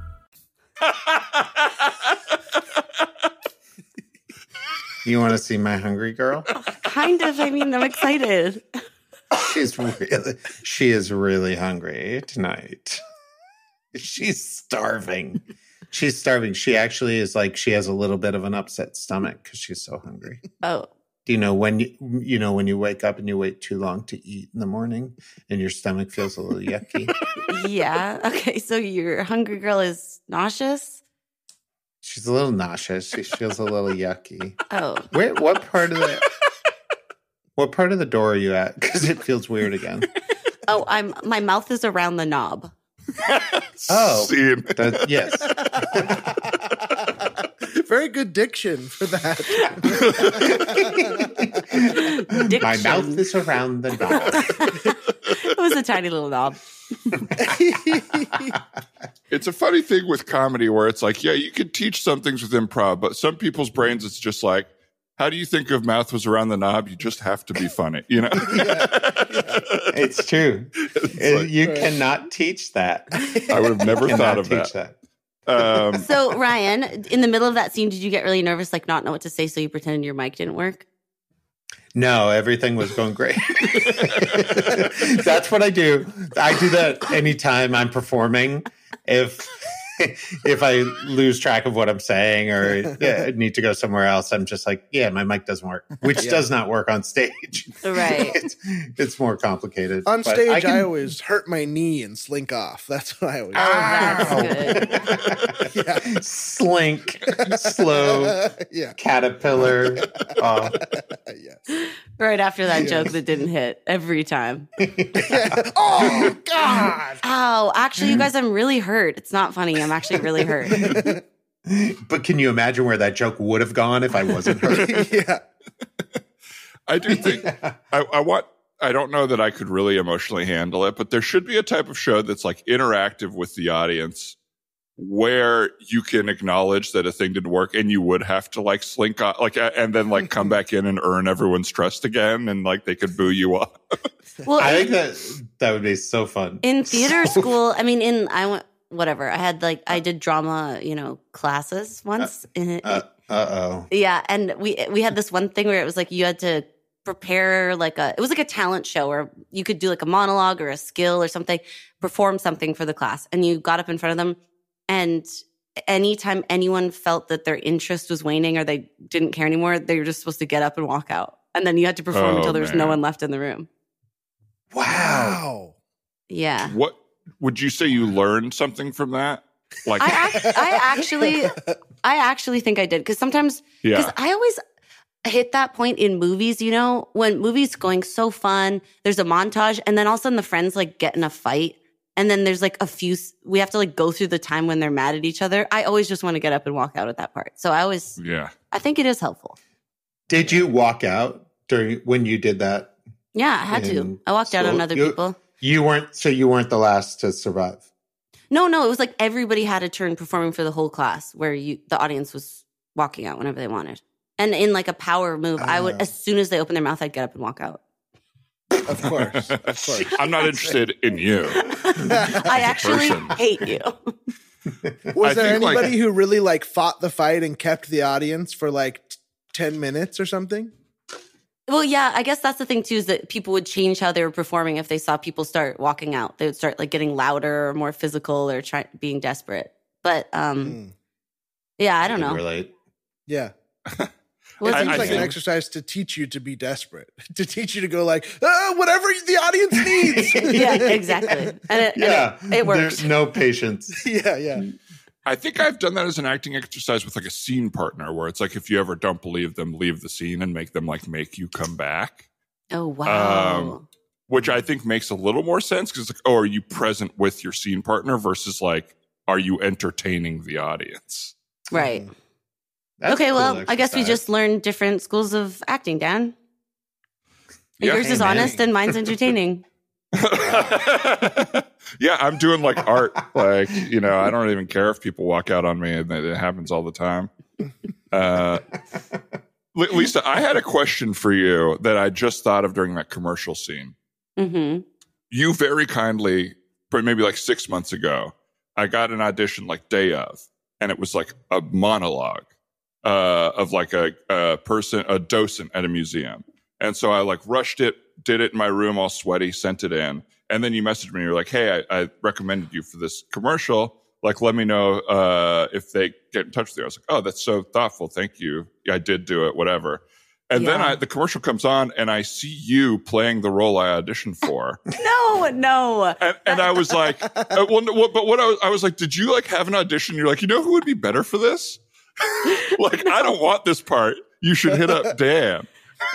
[SPEAKER 3] You want to see my hungry girl?
[SPEAKER 4] Kind of. I mean, I'm excited.
[SPEAKER 3] She's really, she is really hungry tonight. She's starving. She's starving. She actually is like she has a little bit of an upset stomach because she's so hungry.
[SPEAKER 4] Oh,
[SPEAKER 3] Do you know when you you know when you wake up and you wait too long to eat in the morning and your stomach feels a little yucky?
[SPEAKER 4] yeah. Okay, so your hungry girl is nauseous?
[SPEAKER 3] She's a little nauseous. She feels a little yucky.
[SPEAKER 4] Oh,
[SPEAKER 3] Wait, what part of the what part of the door are you at? Because it feels weird again.
[SPEAKER 4] oh, I'm my mouth is around the knob.
[SPEAKER 3] Oh.
[SPEAKER 5] See you.
[SPEAKER 3] That- yes.
[SPEAKER 2] Very good diction for that.
[SPEAKER 3] My
[SPEAKER 4] Diction.
[SPEAKER 3] mouth is around the door.
[SPEAKER 4] it was a tiny little knob.
[SPEAKER 5] It's a funny thing with comedy where it's like, yeah, you could teach some things with improv, but some people's brains, it's just like, how do you think of mouth was around the knob? You just have to be funny, you know?
[SPEAKER 3] It's true.
[SPEAKER 5] It's
[SPEAKER 3] you cannot teach that.
[SPEAKER 5] like, I would have never thought
[SPEAKER 3] Cannot
[SPEAKER 5] of
[SPEAKER 3] teach
[SPEAKER 5] that.
[SPEAKER 3] that.
[SPEAKER 5] Um,
[SPEAKER 4] So, Ryan, in the middle of that scene, did you get really nervous, like not know what to say, so you pretended your mic didn't work?
[SPEAKER 3] No, everything was going great. That's what I do. I do that anytime I'm performing. If if I lose track of what I'm saying or yeah, need to go somewhere else, I'm just like, yeah, my mic doesn't work, which does not work on stage.
[SPEAKER 4] Right.
[SPEAKER 3] it's, it's more complicated.
[SPEAKER 2] On
[SPEAKER 3] but
[SPEAKER 2] stage, I,
[SPEAKER 3] can-
[SPEAKER 2] always hurt my knee and slink off. That's what I always.
[SPEAKER 4] Oh,
[SPEAKER 3] Ah.
[SPEAKER 4] that's
[SPEAKER 3] Ow.
[SPEAKER 4] good.
[SPEAKER 3] slink, slow
[SPEAKER 2] yeah,
[SPEAKER 3] caterpillar. Oh,
[SPEAKER 2] yeah.
[SPEAKER 4] Right after that joke that didn't hit every time.
[SPEAKER 2] oh God!
[SPEAKER 4] Oh, actually, you guys, I'm really hurt. It's not funny. I'm actually really hurt.
[SPEAKER 3] but can you imagine where that joke would have gone if I wasn't hurt?
[SPEAKER 2] yeah,
[SPEAKER 5] I do think I, I want. I don't know that I could really emotionally handle it, but there should be a type of show that's like interactive with the audience, where you can acknowledge that a thing didn't work, and you would have to like slink off, like, a- and then like
[SPEAKER 3] Mm-hmm.
[SPEAKER 5] come back in and earn everyone's trust again, and like they could boo you off.
[SPEAKER 4] Well,
[SPEAKER 3] I
[SPEAKER 4] in-
[SPEAKER 3] think that that would be so fun.
[SPEAKER 4] in theater
[SPEAKER 3] So-
[SPEAKER 4] school i mean in i went whatever i had like i did drama you know classes once in-
[SPEAKER 3] Uh oh.
[SPEAKER 4] yeah and we we had this one thing where it was like you had to prepare like a it was like a talent show where you could do like a monologue or a skill or something perform something for the class and you got up in front of them and anytime anyone felt that their interest was waning or they didn't care anymore they were just supposed to get up and walk out and then you had to perform
[SPEAKER 5] Oh,
[SPEAKER 4] until there was no
[SPEAKER 5] man.
[SPEAKER 4] one left in the room
[SPEAKER 3] Wow.
[SPEAKER 2] wow.
[SPEAKER 4] yeah
[SPEAKER 5] What would you say you learned something from that? Like,
[SPEAKER 4] I, ac- I actually, I actually think I did because sometimes because
[SPEAKER 5] yeah,
[SPEAKER 4] I always hit that point in movies. You know, when movies going so fun, there's a montage, and then all of a sudden the friends like get in a fight, and then there's like a few. s- We have to like go through the time when they're mad at each other. I always just want to get up and walk out at that part. So I always,
[SPEAKER 5] yeah.
[SPEAKER 4] I think it is helpful.
[SPEAKER 3] Did you walk out during when you did that?
[SPEAKER 4] Yeah, I had to.
[SPEAKER 3] In
[SPEAKER 4] I walked out on
[SPEAKER 3] school,
[SPEAKER 4] other
[SPEAKER 3] you-
[SPEAKER 4] people.
[SPEAKER 3] You weren't so you weren't the last to survive.
[SPEAKER 4] No, no, it was like everybody had a turn performing for the whole class where you the audience was walking out whenever they wanted. And in like a power move, I would
[SPEAKER 3] Ah.
[SPEAKER 4] as soon as they opened their mouth, I'd get up and walk out.
[SPEAKER 2] Of course, of course.
[SPEAKER 5] I'm not interested in you.
[SPEAKER 4] I actually
[SPEAKER 5] person.
[SPEAKER 4] hate you.
[SPEAKER 2] Was
[SPEAKER 5] I
[SPEAKER 2] there
[SPEAKER 5] think, like-
[SPEAKER 2] anybody who really like fought the fight and kept the audience for like t- ten minutes or something?
[SPEAKER 4] Well, yeah, I guess that's the thing too is that people would change how they were performing if they saw people start walking out. They would start like getting louder or more physical or trying being desperate. But um
[SPEAKER 2] Mm.
[SPEAKER 4] yeah, I don't
[SPEAKER 3] Can
[SPEAKER 4] know.
[SPEAKER 3] relate.
[SPEAKER 2] Yeah,
[SPEAKER 4] Well,
[SPEAKER 2] it
[SPEAKER 4] it's
[SPEAKER 5] I-
[SPEAKER 2] seems
[SPEAKER 5] I
[SPEAKER 2] like an
[SPEAKER 5] think-
[SPEAKER 2] exercise to teach you to be desperate, to teach you to go like ah, whatever the audience needs.
[SPEAKER 4] yeah, exactly. And it,
[SPEAKER 3] Yeah.
[SPEAKER 4] and it, it works.
[SPEAKER 3] There's no patience.
[SPEAKER 2] yeah, yeah.
[SPEAKER 5] I think I've done that as an acting exercise with like a scene partner where it's like if you ever don't believe them, leave the scene and make them like make you come back,
[SPEAKER 4] oh wow.
[SPEAKER 5] Um, which I think makes a little more sense because like, oh, are you present with your scene partner versus like, are you entertaining the audience?
[SPEAKER 4] right.
[SPEAKER 2] hmm.
[SPEAKER 3] That's
[SPEAKER 4] okay,
[SPEAKER 3] a
[SPEAKER 4] well,
[SPEAKER 3] cool
[SPEAKER 4] I guess we
[SPEAKER 3] exercise.
[SPEAKER 4] just learned different schools of acting, Dan.
[SPEAKER 5] Yeah.
[SPEAKER 4] Yours is
[SPEAKER 3] Amen.
[SPEAKER 4] honest and mine's entertaining.
[SPEAKER 5] yeah, I'm doing like art. Like, you know, I don't even care if people walk out on me. and It it happens all the time. Uh, Li- Lisa, I had a question for you that I just thought of during that commercial scene.
[SPEAKER 4] hmm
[SPEAKER 5] you very kindly, but maybe like six months ago, I got an audition like day of, and it was like a monologue uh, of like a, a person, a docent at a museum. And so I like rushed it, did it in my room all sweaty, sent it in. And then you messaged me, you're like, hey, I, I recommended you for this commercial. Like, let me know uh, if they get in touch with you. I was like, oh, that's so thoughtful. Thank you. I did do it, whatever. And then
[SPEAKER 4] Yeah.
[SPEAKER 5] I, the commercial comes on, and I see you playing the role I auditioned for.
[SPEAKER 4] No, no.
[SPEAKER 5] And, and I was like, uh, well, no, what- but what I was, I was like, did you like have an audition? You're like, you know who would be better for this? like, I don't want this part. You should hit up Dan.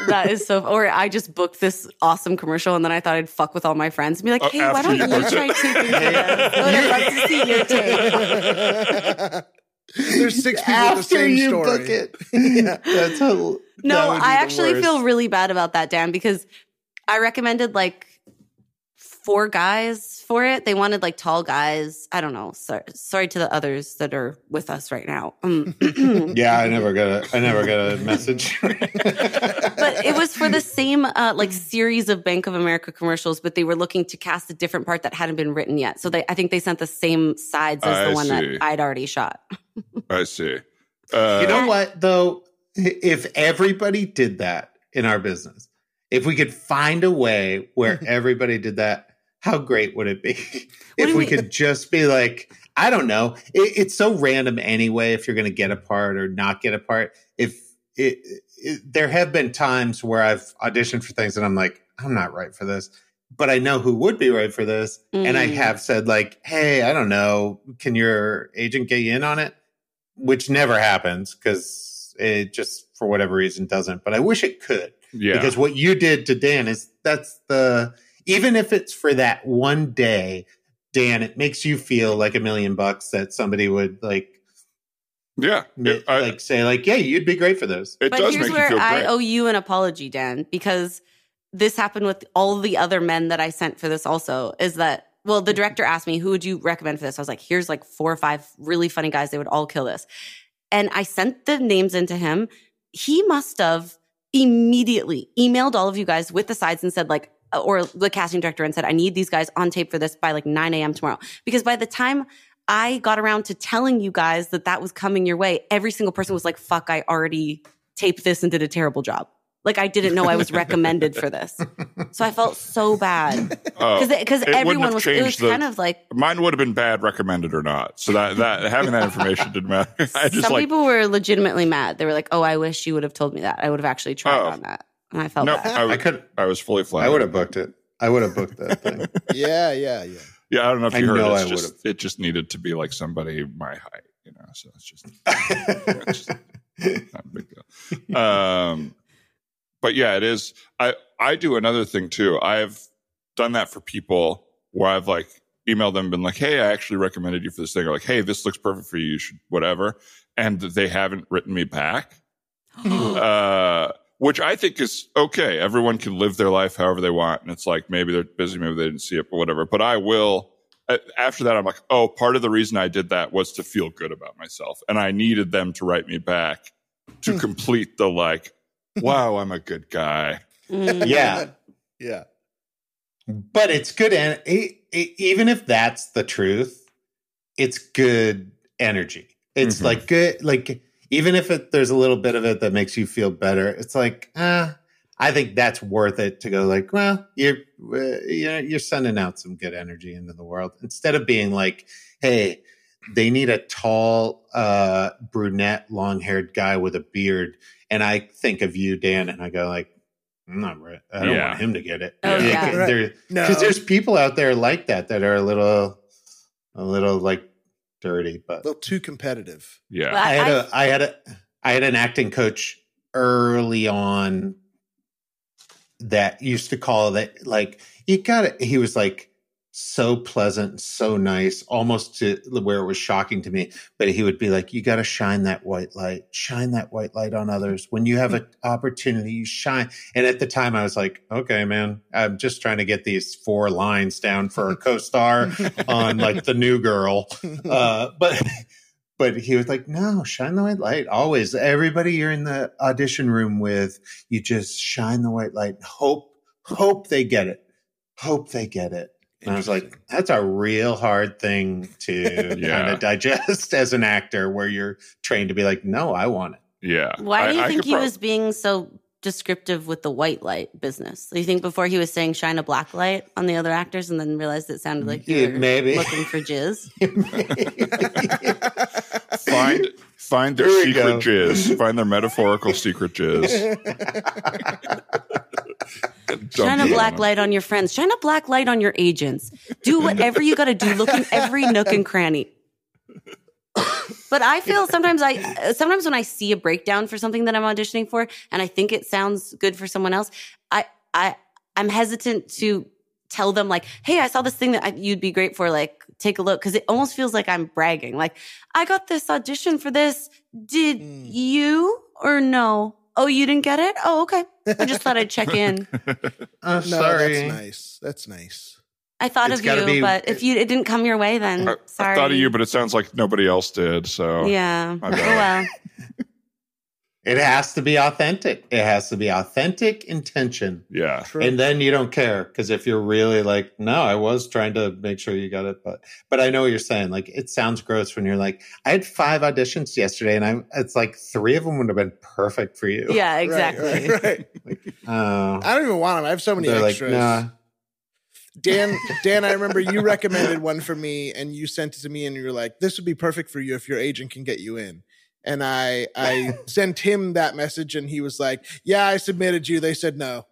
[SPEAKER 4] That is so. Or I just booked this awesome commercial and then I thought I'd fuck with all my friends and be like,
[SPEAKER 3] Uh,
[SPEAKER 5] Oh,
[SPEAKER 4] hey, why
[SPEAKER 5] after
[SPEAKER 4] don't
[SPEAKER 5] you
[SPEAKER 4] you
[SPEAKER 5] booked
[SPEAKER 4] try
[SPEAKER 5] it.
[SPEAKER 4] taking photos? I would have loved to see your take.
[SPEAKER 2] There's six people with the
[SPEAKER 3] after
[SPEAKER 2] same
[SPEAKER 3] you
[SPEAKER 2] story.
[SPEAKER 3] book it. That's how, that
[SPEAKER 4] No,
[SPEAKER 3] would be
[SPEAKER 4] I
[SPEAKER 3] the
[SPEAKER 4] actually
[SPEAKER 3] worst.
[SPEAKER 4] feel really bad about that, Dan, because I recommended like four guys for it. They wanted like tall guys. I don't know. Sorry, sorry to the others that are with us right now. Um,
[SPEAKER 3] Yeah, I never got a I never got a message.
[SPEAKER 4] but it was for the same uh, like series of Bank of America commercials, but they were looking to cast a different part that hadn't been written yet. So they, I think they sent the same sides as the
[SPEAKER 5] I
[SPEAKER 4] one
[SPEAKER 5] see.
[SPEAKER 4] that I'd already shot.
[SPEAKER 5] I see. Uh,
[SPEAKER 3] you know what though? If everybody did that in our business, if we could find a way where everybody did that, how great would it be?
[SPEAKER 4] do
[SPEAKER 3] if
[SPEAKER 4] you
[SPEAKER 3] we
[SPEAKER 4] mean?
[SPEAKER 3] could just be like, I don't know. It, it's so random anyway if you're going to get a part or not get a part. If it, it, there have been times where I've auditioned for things and I'm like, I'm not right for this, but I know who would be right for this, and I
[SPEAKER 4] Mm.
[SPEAKER 3] have said like, Hey, I don't know, can your agent get you in on it? Which never happens because it just for whatever reason doesn't. But I wish it could
[SPEAKER 5] Yeah.
[SPEAKER 3] because what you did to Dan is that's the even if it's for that one day, Dan, it makes you feel like a million bucks that somebody would like
[SPEAKER 5] yeah.
[SPEAKER 3] mi-
[SPEAKER 5] It, I-
[SPEAKER 3] like say like, yeah, you'd be great for this.
[SPEAKER 5] it
[SPEAKER 4] but
[SPEAKER 5] does
[SPEAKER 4] here's
[SPEAKER 5] make you
[SPEAKER 4] where
[SPEAKER 5] feel
[SPEAKER 4] I
[SPEAKER 5] great.
[SPEAKER 4] owe you an apology, Dan, because this happened with all the other men that I sent for this. Also, is that well,
[SPEAKER 5] Mm-hmm.
[SPEAKER 4] the director asked me who would you recommend for this. I was like, here's like four or five really funny guys. They would all kill this, and I sent the names into him. He must have immediately emailed all of you guys with the sides and said like, uh, or the casting director and said, I need these guys on tape for this by like 9 a.m. tomorrow. Because by the time I got around to telling you guys that that was coming your way, every single person was like, fuck, I already taped this and did a terrible job. Like I didn't know I was recommended for this. So I felt so bad
[SPEAKER 5] Oh,
[SPEAKER 4] because because
[SPEAKER 5] it wouldn't
[SPEAKER 4] everyone
[SPEAKER 5] have
[SPEAKER 4] was it was
[SPEAKER 5] changed the-
[SPEAKER 4] kind of like
[SPEAKER 5] mine would have been bad, recommended or not. So that that having that information didn't matter. I just
[SPEAKER 4] some
[SPEAKER 5] like
[SPEAKER 4] people were legitimately mad. They were like, "Oh, I wish you would have told me that. I would have actually tried
[SPEAKER 5] Oh.
[SPEAKER 4] on that." And I felt
[SPEAKER 5] no.
[SPEAKER 4] bad.
[SPEAKER 5] I,
[SPEAKER 3] I
[SPEAKER 5] was-
[SPEAKER 3] could
[SPEAKER 5] I was fully flattered.
[SPEAKER 3] I would have booked it. I would have booked that thing.
[SPEAKER 2] yeah, yeah, yeah.
[SPEAKER 5] Yeah, I don't know if
[SPEAKER 3] I
[SPEAKER 5] you heard.
[SPEAKER 3] know
[SPEAKER 5] It's
[SPEAKER 3] I
[SPEAKER 5] just,
[SPEAKER 3] would've.
[SPEAKER 5] it just needed to be like somebody my height, you know. So it's just not a big deal. Um, but yeah, it is. I I do another thing too. I've done that for people where I've like emailed them, and been like, "Hey, I actually recommended you for this thing," or like, "Hey, this looks perfect for you. You should whatever," and they haven't written me back. Uh, which I think is okay. Everyone can live their life however they want. And it's like, maybe they're busy, maybe they didn't see it, but whatever. But I will, a- Uh, after that, I'm like, oh, part of the reason I did that was to feel good about myself. And I needed them to write me back
[SPEAKER 3] Hmm.
[SPEAKER 5] to complete the like, wow, I'm a good guy.
[SPEAKER 4] Mm.
[SPEAKER 3] yeah.
[SPEAKER 2] Yeah.
[SPEAKER 3] But it's good and it, it, even if that's the truth, it's good energy. It's
[SPEAKER 5] Mhm.
[SPEAKER 3] like good like even if it, there's a little bit of it that makes you feel better, it's like uh, I think that's worth it to go like, well, you're uh, you're you're sending out some good energy into the world instead of being like, hey, they need a tall uh brunette long-haired guy with a beard and I think of you Dan and I go like I'm not right. I don't
[SPEAKER 5] Yeah.
[SPEAKER 3] want him to get it.
[SPEAKER 4] Oh, yeah.
[SPEAKER 3] There-
[SPEAKER 2] No.
[SPEAKER 3] because there's people out there like that that are a little, a little like dirty.
[SPEAKER 2] a
[SPEAKER 3] But
[SPEAKER 2] little too competitive.
[SPEAKER 5] Yeah.
[SPEAKER 4] Well,
[SPEAKER 3] I had a, I had a, I had an acting coach early on that used to call that like you got it. He was like so pleasant, so nice, almost to where it was shocking to me. But he would be like, "You got to shine that white light, shine that white light on others. When you have an opportunity, you shine." And at the time, I was like, "Okay, man, I'm just trying to get these four lines down for a co-star on like the new girl." Uh, but but he was like, "No, shine the white light always. Everybody you're in the audition room with, you just shine the white light. Hope, hope they get it. Hope they get it." And I was like, "That's a real hard thing to
[SPEAKER 5] Yeah.
[SPEAKER 3] kind of digest as an actor, where you're trained to be like, no, I want it.'
[SPEAKER 5] Yeah.
[SPEAKER 4] Why
[SPEAKER 5] I-
[SPEAKER 4] do you
[SPEAKER 5] I
[SPEAKER 4] think
[SPEAKER 5] could
[SPEAKER 4] he
[SPEAKER 5] prob-
[SPEAKER 4] was being so descriptive with the white light business? Do you think before he was saying shine a black light on the other actors and then realized it sounded like you
[SPEAKER 3] Yeah,
[SPEAKER 4] were
[SPEAKER 3] maybe.
[SPEAKER 4] looking for jizz?
[SPEAKER 5] Find find their
[SPEAKER 3] There we
[SPEAKER 5] secret
[SPEAKER 3] go.
[SPEAKER 5] jizz. Find their metaphorical secret jizz.
[SPEAKER 4] Shine
[SPEAKER 5] Dump
[SPEAKER 4] a
[SPEAKER 5] it
[SPEAKER 4] black
[SPEAKER 5] on 'em.
[SPEAKER 4] light on your friends. Shine a black light on your agents. Do whatever you got to do. Look in every nook and cranny. But I feel sometimes I uh, sometimes when I see a breakdown for something that I'm auditioning for and I think it sounds good for someone else, I I I'm hesitant to tell them like, "Hey, I saw this thing that I, you'd be great for. Like, take a look." Cuz it almost feels like I'm bragging. Like, "I got this audition for this. Did
[SPEAKER 2] Mm.
[SPEAKER 4] you or no?" "Oh, you didn't get it?" "Oh, okay. I just thought I'd check in."
[SPEAKER 2] no,
[SPEAKER 3] I'm sorry.
[SPEAKER 2] that's nice. That's nice.
[SPEAKER 4] I thought
[SPEAKER 3] It's
[SPEAKER 4] of
[SPEAKER 3] gotta
[SPEAKER 4] you,
[SPEAKER 3] be-
[SPEAKER 4] but if you it didn't come your way, then
[SPEAKER 5] I,
[SPEAKER 4] sorry.
[SPEAKER 5] I thought of you, but it sounds like nobody else did. So
[SPEAKER 4] yeah.
[SPEAKER 5] My
[SPEAKER 4] Oh
[SPEAKER 5] bad.
[SPEAKER 4] well.
[SPEAKER 3] It has to be authentic. It has to be authentic intention.
[SPEAKER 5] yeah.
[SPEAKER 2] True.
[SPEAKER 3] and then you don't care because if you're really like no i was trying to make sure you got it but but i know what you're saying like it sounds gross when you're like i had five auditions yesterday and i it's like three of them would have been perfect for you
[SPEAKER 4] Yeah,
[SPEAKER 2] Right,
[SPEAKER 4] exactly.
[SPEAKER 2] right, right.
[SPEAKER 3] oh
[SPEAKER 2] I don't even want them. I have so many
[SPEAKER 3] they're like
[SPEAKER 2] extras.
[SPEAKER 3] nah
[SPEAKER 2] Dan, Dan, I remember you recommended one for me, and you sent it to me, and you're like, "This would be perfect for you if your agent can get you in." And I, I sent him that message, and he was like, "Yeah, I submitted you." They said no,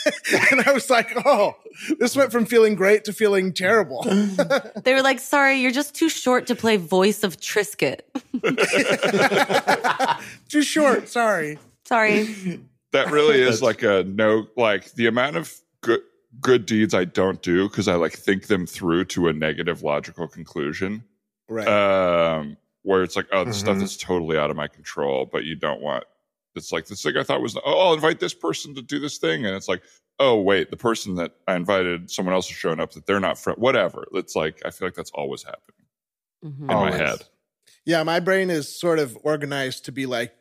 [SPEAKER 2] and I was like, "Oh, this went from feeling great to feeling terrible."
[SPEAKER 4] They were like, sorry, you're just too short to play voice of Trisket.
[SPEAKER 2] Too short. Sorry.
[SPEAKER 4] Sorry.
[SPEAKER 5] That really is like a no, like the amount of good good deeds I don't do because I like think them through to a negative logical conclusion.
[SPEAKER 2] Right.
[SPEAKER 5] Um, where it's like, oh, the stuff that's totally out of my control, but you don't want. It's like this thing I thought was, oh, I'll invite this person to do this thing, and it's like, oh, wait, the person that I invited, someone else has shown up that they're not friend. Whatever. It's like I feel like that's always happening
[SPEAKER 4] Mhm.
[SPEAKER 5] in
[SPEAKER 3] Always.
[SPEAKER 5] my head.
[SPEAKER 2] Yeah, my brain is sort of organized to be like,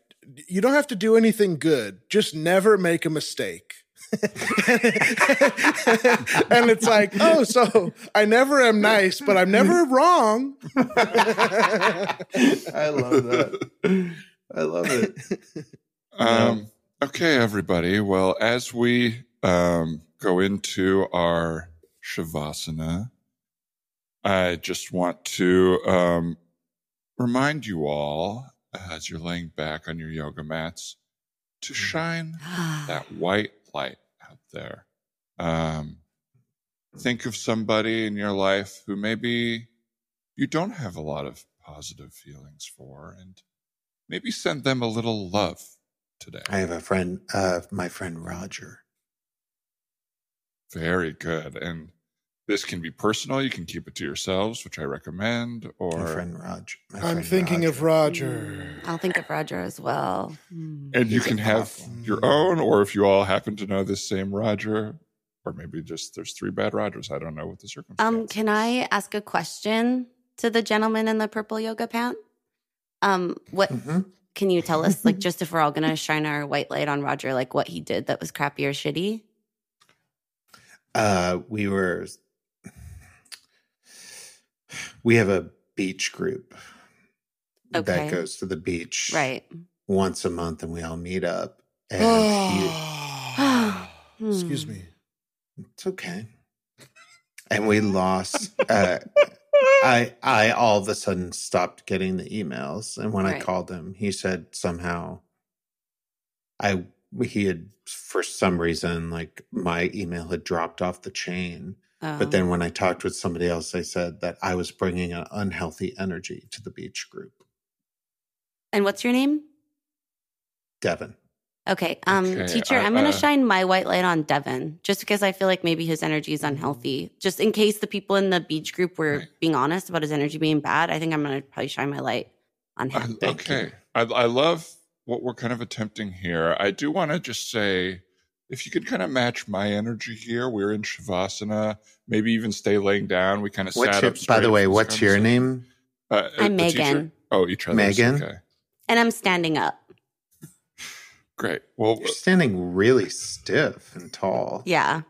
[SPEAKER 2] you don't have to do anything good, just never make a mistake. and it's like, oh, so I never am nice, but I'm never wrong.
[SPEAKER 3] I love that. I love it.
[SPEAKER 5] Um, okay, everybody. Well, as we um, go into our Shavasana, I just want to um, remind you all uh, as you're laying back on your yoga mats to shine that white light out there. Um, think of somebody in your life who maybe you don't have a lot of positive feelings for, and maybe send them a little love today.
[SPEAKER 3] I have a friend, uh, my friend Roger.
[SPEAKER 5] Very good. And this can be personal. You can keep it to yourselves, which I recommend.
[SPEAKER 3] My
[SPEAKER 5] Or
[SPEAKER 3] friend Roger. My
[SPEAKER 2] I'm
[SPEAKER 3] friend
[SPEAKER 2] thinking of Roger.
[SPEAKER 4] I'll think of Roger as well. Hmm.
[SPEAKER 5] and you
[SPEAKER 3] He's
[SPEAKER 5] can
[SPEAKER 3] an
[SPEAKER 5] have
[SPEAKER 3] awful-
[SPEAKER 5] your own, or if you all happen to know this same Roger, or maybe just there's three bad Rogers. I don't know what the circumstance.
[SPEAKER 4] Um, can I ask a question to the gentleman in the purple yoga pant? Um, what
[SPEAKER 3] Mhm.
[SPEAKER 4] can you tell us, like, just if we're all gonna shine our white light on Roger, like what he did that was crappy or shitty?
[SPEAKER 3] Uh, we were. We have a beach group
[SPEAKER 4] Okay.
[SPEAKER 3] that goes to the beach
[SPEAKER 4] Right.
[SPEAKER 3] once a month, and we all meet up. And he-
[SPEAKER 5] Hmm.
[SPEAKER 2] Excuse me.
[SPEAKER 3] It's okay. And we lost. Uh, I I all of a sudden stopped getting the emails, and when I
[SPEAKER 4] Right.
[SPEAKER 3] called him, he said somehow I he had for some reason like my email had dropped off the chain.
[SPEAKER 4] Oh. Um
[SPEAKER 3] But then when I talked with somebody else, they said that I was bringing an unhealthy energy to the beach group.
[SPEAKER 4] and what's your name?
[SPEAKER 3] Devin,
[SPEAKER 4] Okay. Um,
[SPEAKER 5] Okay,
[SPEAKER 4] teacher,
[SPEAKER 5] I-
[SPEAKER 4] I'm gonna
[SPEAKER 5] uh,
[SPEAKER 4] shine my white light on Devin, just because I feel like maybe his energy is unhealthy. Just in case the people in the beach group were
[SPEAKER 5] Right.
[SPEAKER 4] being honest about his energy being bad, I think I'm gonna probably shine my light on him.
[SPEAKER 5] I,
[SPEAKER 3] Thank
[SPEAKER 5] Uh, okay.
[SPEAKER 3] you.
[SPEAKER 5] I, I love what we're kind of attempting here. I do want to just say if you could kind of match my energy here, we're in Shavasana, maybe even stay laying down. We kind of
[SPEAKER 3] what's
[SPEAKER 5] sat
[SPEAKER 3] your,
[SPEAKER 5] up.
[SPEAKER 3] by
[SPEAKER 5] straight
[SPEAKER 3] the way,
[SPEAKER 5] for this
[SPEAKER 3] what's your
[SPEAKER 5] conversation.
[SPEAKER 3] name?
[SPEAKER 5] Uh,
[SPEAKER 4] I'm
[SPEAKER 5] the teacher?
[SPEAKER 4] Megan.
[SPEAKER 5] Oh, each other.
[SPEAKER 3] Megan?
[SPEAKER 5] Okay.
[SPEAKER 4] And I'm standing up.
[SPEAKER 5] Great. Well,
[SPEAKER 3] You're standing really stiff and tall.
[SPEAKER 4] Yeah.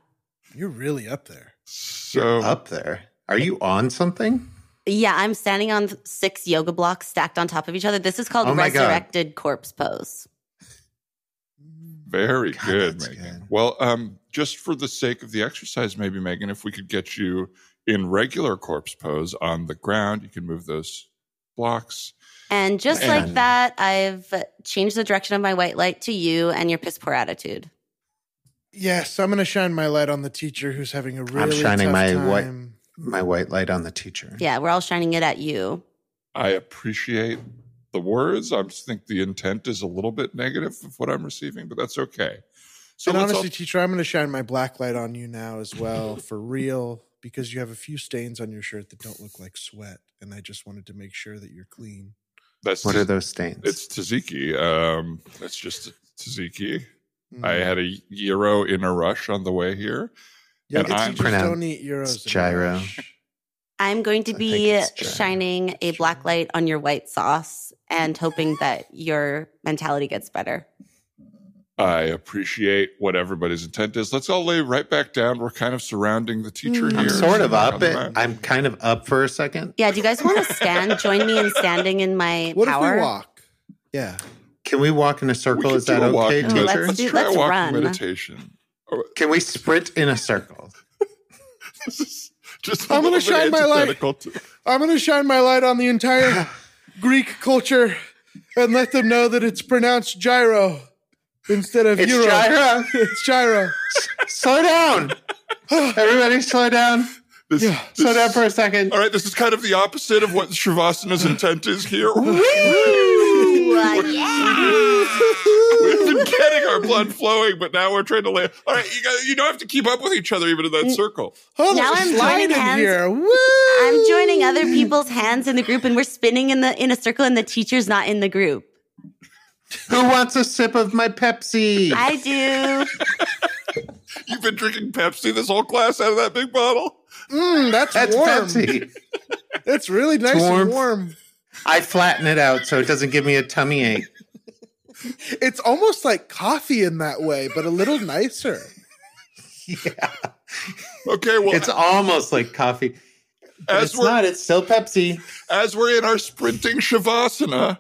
[SPEAKER 2] You're really up there.
[SPEAKER 5] so
[SPEAKER 3] up there. Are you on something?
[SPEAKER 4] Yeah, I'm standing on six yoga blocks stacked on top of each other. This is called
[SPEAKER 3] Oh my God.
[SPEAKER 4] resurrected corpse pose.
[SPEAKER 5] very
[SPEAKER 3] God,
[SPEAKER 5] good,
[SPEAKER 3] that's
[SPEAKER 5] Megan.
[SPEAKER 3] good.
[SPEAKER 5] Well, um, just for the sake of the exercise, maybe Megan, if we could get you in regular corpse pose on the ground, you can move those blocks.
[SPEAKER 4] And just
[SPEAKER 3] Man.
[SPEAKER 4] like that, I've changed the direction of my white light to you and your piss poor attitude.
[SPEAKER 2] Yes, I'm going to shine my light on the teacher who's having a really
[SPEAKER 3] shining
[SPEAKER 2] tough
[SPEAKER 3] my white-
[SPEAKER 2] time.
[SPEAKER 3] My white light on the teacher.
[SPEAKER 4] Yeah, we're all shining it at you.
[SPEAKER 5] I appreciate the words. I just think the intent is a little bit negative of what I'm receiving, but that's okay. So
[SPEAKER 2] and
[SPEAKER 5] let's
[SPEAKER 2] honestly, teacher, I'm going to shine my black light on you now as well, for real, because you have a few stains on your shirt that don't look like sweat, and I just wanted to make sure that you're clean.
[SPEAKER 5] all, that's
[SPEAKER 3] What are those stains?
[SPEAKER 5] It's tzatziki. Um, that's just tzatziki.
[SPEAKER 3] Mm-hmm.
[SPEAKER 2] Mm.
[SPEAKER 5] I had a gyro in a rush on the way here.
[SPEAKER 2] Yoga
[SPEAKER 5] and I'm
[SPEAKER 2] teachers don't
[SPEAKER 3] pronounced
[SPEAKER 2] eat euros. in
[SPEAKER 3] gyro.
[SPEAKER 2] English.
[SPEAKER 4] I'm going to
[SPEAKER 3] I
[SPEAKER 4] be
[SPEAKER 3] think it's true.
[SPEAKER 4] shining a
[SPEAKER 3] It's true.
[SPEAKER 4] black light on your white sauce and hoping that your mentality gets better.
[SPEAKER 5] I appreciate what everybody's intent is. Let's all lay right back down. We're kind of surrounding the teacher
[SPEAKER 4] Mm.
[SPEAKER 5] here.
[SPEAKER 3] I'm sort of
[SPEAKER 5] Sitting on
[SPEAKER 3] up.
[SPEAKER 5] the
[SPEAKER 3] It,
[SPEAKER 5] mat.
[SPEAKER 3] I'm kind of up for a second.
[SPEAKER 4] Yeah, do you guys want to stand? Join me in standing in my
[SPEAKER 2] What
[SPEAKER 4] power.
[SPEAKER 2] if we walk? Yeah.
[SPEAKER 3] Can we walk in a
[SPEAKER 5] We
[SPEAKER 3] circle?
[SPEAKER 5] could
[SPEAKER 3] Is that
[SPEAKER 5] do a walking
[SPEAKER 3] okay,
[SPEAKER 4] Oh,
[SPEAKER 5] med-
[SPEAKER 3] teacher?
[SPEAKER 4] Let's do-
[SPEAKER 5] try
[SPEAKER 4] let's
[SPEAKER 5] a walking
[SPEAKER 4] run.
[SPEAKER 5] meditation.
[SPEAKER 3] Can we sprint in a circle?
[SPEAKER 5] just, just
[SPEAKER 2] I'm gonna shine my light. I'm going to shine my light on the entire Greek culture and let them know that it's pronounced gyro instead of
[SPEAKER 3] It's
[SPEAKER 2] euro.
[SPEAKER 3] gyro.
[SPEAKER 2] It's gyro.
[SPEAKER 3] slow down. Everybody, slow down.
[SPEAKER 5] This,
[SPEAKER 2] Yeah.
[SPEAKER 5] this-
[SPEAKER 3] Slow down for a second.
[SPEAKER 5] all right, this is kind of the opposite of what Shavasana's intent is here.
[SPEAKER 4] uh,
[SPEAKER 5] We've been getting our blood flowing, but now we're trying to lay. All right, you guys, you don't have to keep up with each other even in
[SPEAKER 3] Mm.
[SPEAKER 5] that circle.
[SPEAKER 2] Oh,
[SPEAKER 4] Now
[SPEAKER 2] there's a
[SPEAKER 4] I'm
[SPEAKER 2] slide in
[SPEAKER 4] joining hands.
[SPEAKER 2] here. Woo!
[SPEAKER 4] I'm joining other people's hands in the group, and we're spinning in the in a circle, and the teacher's not in the group.
[SPEAKER 3] Who wants a sip of my Pepsi?
[SPEAKER 4] I do.
[SPEAKER 5] You've been drinking Pepsi this whole class out of that big bottle.
[SPEAKER 2] Mm, that's,
[SPEAKER 3] That's
[SPEAKER 2] warm.
[SPEAKER 3] Pepsi.
[SPEAKER 2] It's really nice
[SPEAKER 3] warm.
[SPEAKER 2] and warm.
[SPEAKER 3] I flatten it out so it doesn't give me a tummy ache.
[SPEAKER 2] It's almost like coffee in that way, but a little nicer.
[SPEAKER 3] Yeah,
[SPEAKER 5] Okay, well,
[SPEAKER 3] it's almost like coffee. But
[SPEAKER 5] As
[SPEAKER 3] it's
[SPEAKER 5] we're-
[SPEAKER 3] not. It's still Pepsi.
[SPEAKER 5] as we're in our sprinting shavasana,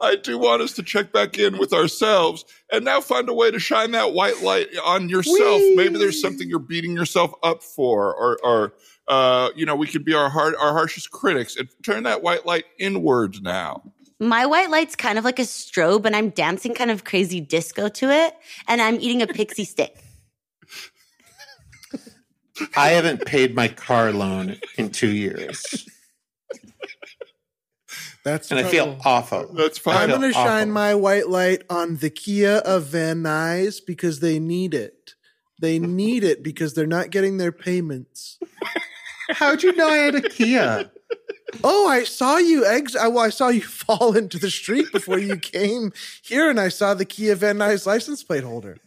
[SPEAKER 5] I do want us to check back in with ourselves and now find a way to shine that white light on yourself. Maybe there's something you're beating yourself up for, or, or uh, you know, we could be our hard, our harshest critics and turn that white light inward now.
[SPEAKER 4] My white light's kind of like a strobe, and I'm dancing kind of crazy disco to it, and I'm eating a pixie stick.
[SPEAKER 3] I haven't paid my car loan in two years,
[SPEAKER 2] That's
[SPEAKER 3] and I feel
[SPEAKER 2] trouble.
[SPEAKER 3] awful.
[SPEAKER 5] Oh, That's
[SPEAKER 3] I
[SPEAKER 5] fine.
[SPEAKER 2] I'm
[SPEAKER 3] feel
[SPEAKER 2] going to shine
[SPEAKER 3] awful.
[SPEAKER 2] my white light on the Kia of Van Nuys because they need it. They need it because they're not getting their payments.
[SPEAKER 3] How'd you know I had a Kia?
[SPEAKER 2] Oh, I saw you ex. I, well, I saw you fall into the street before you came here, and I saw the Kia Van Nuys license plate holder.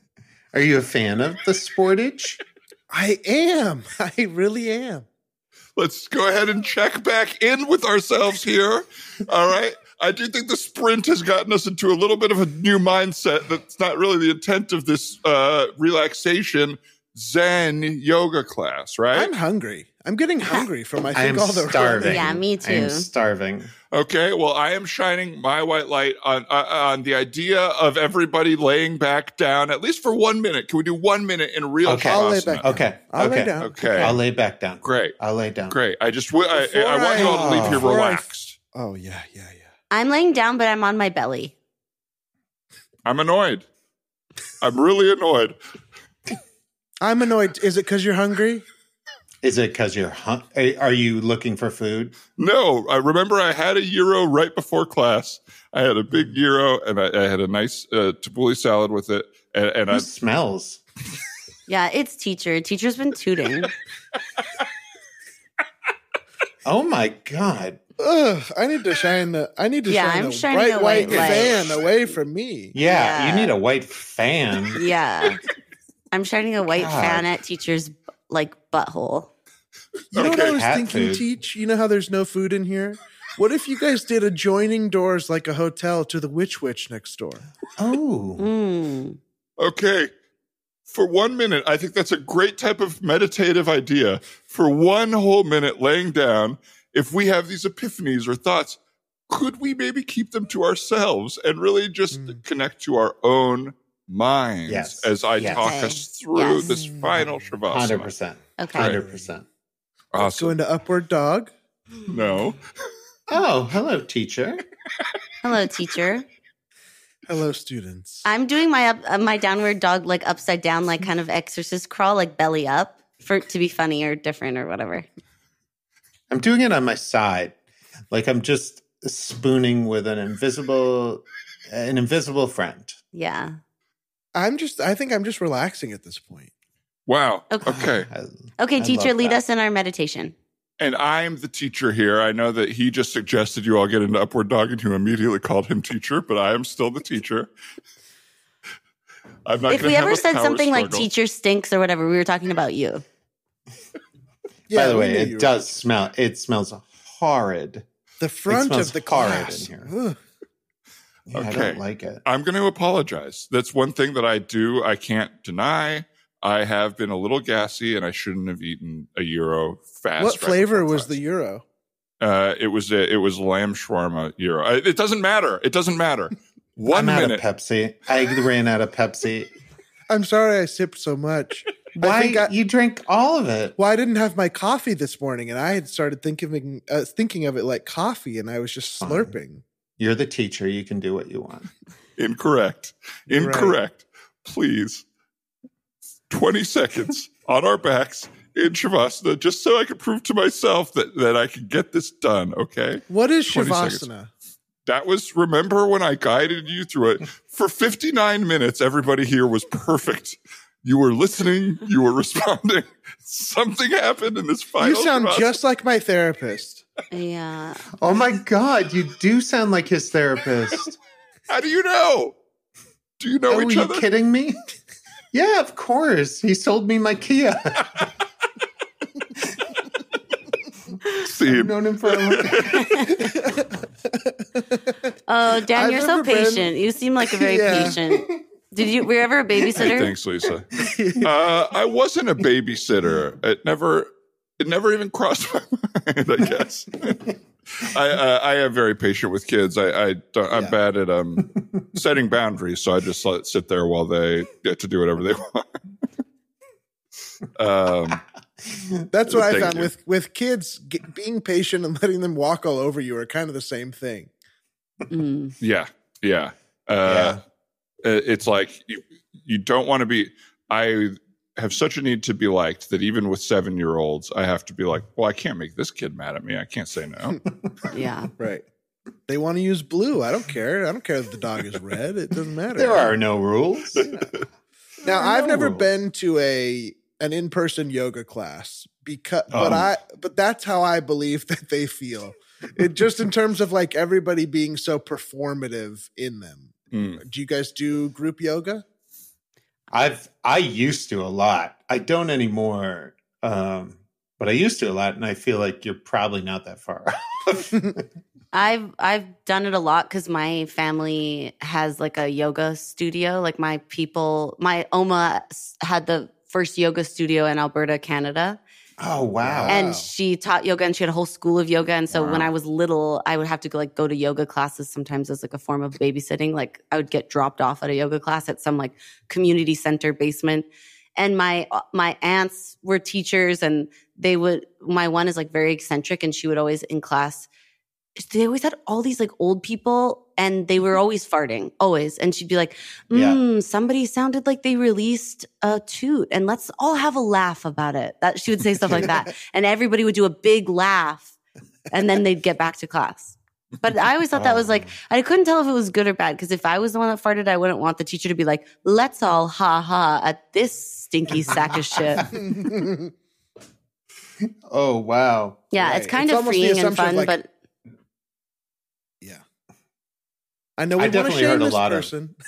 [SPEAKER 3] Are you a fan of the Sportage?
[SPEAKER 2] I am. I really am.
[SPEAKER 5] Let's go ahead and check back in with ourselves here. All right. I do think the sprint has gotten us into a little bit of a new mindset that's not really the intent of this uh, relaxation Zen yoga class, right?
[SPEAKER 2] I'm hungry. I'm getting hungry from I
[SPEAKER 3] I
[SPEAKER 2] think
[SPEAKER 3] am
[SPEAKER 2] all the
[SPEAKER 3] starving.
[SPEAKER 4] Yeah, me
[SPEAKER 3] I am
[SPEAKER 4] too.
[SPEAKER 3] starving.
[SPEAKER 5] Okay, well, I am shining my white light on uh, on the idea of everybody laying back down at least for one minute. Can we do one minute in real?
[SPEAKER 3] Okay. I'll
[SPEAKER 2] lay
[SPEAKER 5] shavasana?
[SPEAKER 2] back down.
[SPEAKER 3] Okay.
[SPEAKER 2] I'll
[SPEAKER 3] okay.
[SPEAKER 2] lay down.
[SPEAKER 5] Okay,
[SPEAKER 3] I'll lay back down.
[SPEAKER 5] great,
[SPEAKER 3] I'll lay down.
[SPEAKER 5] great. I just w- I, I, I want you all to leave here
[SPEAKER 2] Before I-
[SPEAKER 5] relaxed.
[SPEAKER 2] Oh yeah, yeah, yeah.
[SPEAKER 4] I'm laying down, but I'm on my belly.
[SPEAKER 5] I'm annoyed. I'm really annoyed.
[SPEAKER 2] I'm annoyed. Is it because you're hungry?
[SPEAKER 3] Is it because you're hung? Are you looking for food?
[SPEAKER 5] No, I remember I had a euro right before class. I had a big euro and I, I had a nice uh, tabbouleh salad with it. And, and I,
[SPEAKER 3] It smells.
[SPEAKER 4] Yeah, it's teacher. Teacher's been tooting.
[SPEAKER 3] Oh my god!
[SPEAKER 2] Ugh, I need to shine the. I need to
[SPEAKER 4] Yeah,
[SPEAKER 2] shine
[SPEAKER 4] I'm
[SPEAKER 2] the
[SPEAKER 4] shining
[SPEAKER 2] bright
[SPEAKER 4] a
[SPEAKER 2] white
[SPEAKER 4] white light.
[SPEAKER 2] fan away from me.
[SPEAKER 3] Yeah,
[SPEAKER 4] Yeah.
[SPEAKER 3] you need a white fan.
[SPEAKER 4] Yeah, I'm shining a white
[SPEAKER 3] God.
[SPEAKER 4] fan at teacher's like butthole.
[SPEAKER 2] You know what
[SPEAKER 5] Okay,
[SPEAKER 2] I was
[SPEAKER 3] cat
[SPEAKER 2] thinking,
[SPEAKER 3] food.
[SPEAKER 2] Teach? You know how there's no food in here? What if you guys did adjoining doors like a hotel to the Witch Witch next door?
[SPEAKER 3] Oh,
[SPEAKER 4] Mm.
[SPEAKER 5] okay, for one minute, I think that's a great type of meditative idea. For one whole minute laying down, if we have these epiphanies or thoughts, could we maybe keep them to ourselves and really just connect to our own minds
[SPEAKER 3] Hmm. Yes.
[SPEAKER 5] as I
[SPEAKER 3] Yes.
[SPEAKER 5] talk
[SPEAKER 4] Okay.
[SPEAKER 5] us through
[SPEAKER 4] Yes.
[SPEAKER 5] this final
[SPEAKER 3] hundred
[SPEAKER 5] shavasana?
[SPEAKER 3] percent.
[SPEAKER 4] Okay.
[SPEAKER 3] Hundred percent.
[SPEAKER 2] Go
[SPEAKER 5] Awesome.
[SPEAKER 2] into Upward Dog.
[SPEAKER 5] No.
[SPEAKER 3] Oh, hello, teacher.
[SPEAKER 4] Hello, teacher.
[SPEAKER 2] Hello, students.
[SPEAKER 4] I'm doing my up, uh, my downward dog like upside down, like kind of exorcist crawl, like belly up for it to be funny or different or whatever.
[SPEAKER 3] I'm doing it on my side, like I'm just spooning with an invisible, an invisible friend.
[SPEAKER 4] Yeah.
[SPEAKER 2] I'm just. I think I'm just relaxing at this point.
[SPEAKER 5] Wow.
[SPEAKER 4] Okay.
[SPEAKER 5] okay.
[SPEAKER 3] I-
[SPEAKER 4] Okay,
[SPEAKER 3] I
[SPEAKER 4] teacher,
[SPEAKER 3] love
[SPEAKER 4] lead
[SPEAKER 3] that.
[SPEAKER 4] us in our meditation.
[SPEAKER 5] And I'm the teacher here. I know that he just suggested you all get into Upward Dog and you immediately called him teacher, but I am still the teacher. I'm not
[SPEAKER 4] if
[SPEAKER 5] gonna
[SPEAKER 4] we
[SPEAKER 5] have
[SPEAKER 4] ever
[SPEAKER 5] a
[SPEAKER 4] said
[SPEAKER 5] power
[SPEAKER 4] something like
[SPEAKER 5] struggle.
[SPEAKER 4] teacher stinks or whatever, we were talking about you.
[SPEAKER 2] Yeah,
[SPEAKER 3] By the
[SPEAKER 2] we
[SPEAKER 3] way,
[SPEAKER 2] knew you
[SPEAKER 3] it
[SPEAKER 2] were-
[SPEAKER 3] does smell. It smells horrid.
[SPEAKER 2] The front
[SPEAKER 3] smells
[SPEAKER 2] of the
[SPEAKER 3] horrid in
[SPEAKER 2] class.
[SPEAKER 3] here.
[SPEAKER 2] Ugh.
[SPEAKER 3] Yeah, I
[SPEAKER 5] Okay.
[SPEAKER 3] don't like it.
[SPEAKER 5] I'm going to apologize. That's one thing that I do. I can't deny. I have been a little gassy and I shouldn't have eaten a euro fast.
[SPEAKER 2] What
[SPEAKER 5] right
[SPEAKER 2] flavor
[SPEAKER 5] before
[SPEAKER 2] was the
[SPEAKER 5] class.
[SPEAKER 2] euro?
[SPEAKER 5] Uh, it was a, it was lamb shawarma euro. I, it doesn't matter. It doesn't matter. One
[SPEAKER 3] I'm
[SPEAKER 5] minute.
[SPEAKER 3] out of Pepsi. I ran out of Pepsi.
[SPEAKER 2] I'm sorry, I sipped so much.
[SPEAKER 3] Why
[SPEAKER 2] think I-
[SPEAKER 3] you drink all of it?
[SPEAKER 2] Well, I didn't have my coffee this morning, and I had started thinking uh, thinking of it like coffee, and I was just
[SPEAKER 3] Fine.
[SPEAKER 2] slurping.
[SPEAKER 3] You're the teacher. You can do what you want.
[SPEAKER 5] Incorrect.
[SPEAKER 2] You're right.
[SPEAKER 5] Incorrect. Please. 20 seconds on our backs in Shavasana just so I can prove to myself that, that I can get this done. Okay.
[SPEAKER 2] What is
[SPEAKER 5] 20 seconds.
[SPEAKER 2] shavasana?
[SPEAKER 5] That was, remember when I guided you through it? For 59 minutes, everybody here was perfect. You were listening, you were responding. Something happened in this final.
[SPEAKER 2] You sound
[SPEAKER 5] Shavasana.
[SPEAKER 2] just like my therapist.
[SPEAKER 4] Yeah.
[SPEAKER 3] Oh my god, you do sound like his therapist.
[SPEAKER 5] How do you know? Do you know
[SPEAKER 3] oh, are
[SPEAKER 5] each
[SPEAKER 3] you
[SPEAKER 5] other?
[SPEAKER 3] kidding me? yeah, of course. He sold me my Kia.
[SPEAKER 5] See,
[SPEAKER 3] I've known him for a long
[SPEAKER 4] Oh, Dan,
[SPEAKER 2] I've
[SPEAKER 4] you're so
[SPEAKER 2] never been-
[SPEAKER 4] patient. You seem like a very
[SPEAKER 2] Yeah.
[SPEAKER 4] patient. Did you? Were you ever a
[SPEAKER 5] Hey,
[SPEAKER 4] babysitter?
[SPEAKER 5] thanks, Lisa. uh, I wasn't a babysitter. It never, it never even crossed my mind. I guess. I uh, I am very patient with kids. I, I don't, I'm
[SPEAKER 2] Yeah.
[SPEAKER 5] bad at um setting boundaries, so I just let it sit there while they get to do whatever they want. um,
[SPEAKER 2] That's what I
[SPEAKER 5] Thank
[SPEAKER 2] found
[SPEAKER 5] you.
[SPEAKER 2] with with kids get, being patient and letting them walk all over you are kind of the same thing.
[SPEAKER 4] Mm.
[SPEAKER 5] yeah, yeah. Uh, it- It's like you you don't want to be. I have such a need to be liked that even with seven year olds, I have to be like, well, I can't make this kid mad at me. I can't say no.
[SPEAKER 4] Yeah.
[SPEAKER 2] Right. They want to use blue. I don't care. I don't care if the dog is red. It doesn't matter.
[SPEAKER 3] There are no rules.
[SPEAKER 2] Now
[SPEAKER 3] There are
[SPEAKER 2] I've
[SPEAKER 3] no
[SPEAKER 2] never
[SPEAKER 3] rules.
[SPEAKER 2] been to a an in person yoga class because, but
[SPEAKER 3] Oh.
[SPEAKER 2] I but that's how I believe that they feel. It just in terms of like everybody being so performative in them.
[SPEAKER 5] Mm.
[SPEAKER 2] Do you guys do group yoga?
[SPEAKER 3] I've I used to a lot. I don't anymore. Um, but I used to a lot, and I feel like you're probably not that far. off.
[SPEAKER 4] I've I've done it a lot because my family has like a yoga studio. Like my people, my oma s- had the first yoga studio in Alberta, Canada,
[SPEAKER 3] oh wow!
[SPEAKER 4] and
[SPEAKER 2] Wow.
[SPEAKER 4] she taught yoga and she had a whole school of yoga. And so when I was little, I would have to go like go to yoga classes sometimes as like a form of babysitting. Like I would get dropped off at a yoga class at some like community center basement. And my uh, my aunts were teachers, and they would. My one is like very eccentric, and she would always in class they always had all these like old people and they were always farting, always. And she'd be like,
[SPEAKER 3] Yeah.
[SPEAKER 4] mm, somebody sounded like they released a toot and let's all have a laugh about it. That she would say stuff like that. And everybody would do a big laugh and then they'd get back to class. But I always thought that was like, I couldn't tell if it was good or bad because if I was the one that farted, I wouldn't want the teacher to be like, let's all ha ha at this stinky sack of shit.
[SPEAKER 3] oh wow!
[SPEAKER 4] Yeah,
[SPEAKER 2] Right.
[SPEAKER 4] it's kind
[SPEAKER 2] It's
[SPEAKER 4] of
[SPEAKER 2] almost the
[SPEAKER 4] freeing and
[SPEAKER 2] assumption of,
[SPEAKER 4] fun,
[SPEAKER 2] like,
[SPEAKER 4] but
[SPEAKER 2] I know
[SPEAKER 3] I
[SPEAKER 2] we want to
[SPEAKER 3] definitely
[SPEAKER 2] shame
[SPEAKER 3] heard a
[SPEAKER 2] this
[SPEAKER 3] lot of-
[SPEAKER 2] person.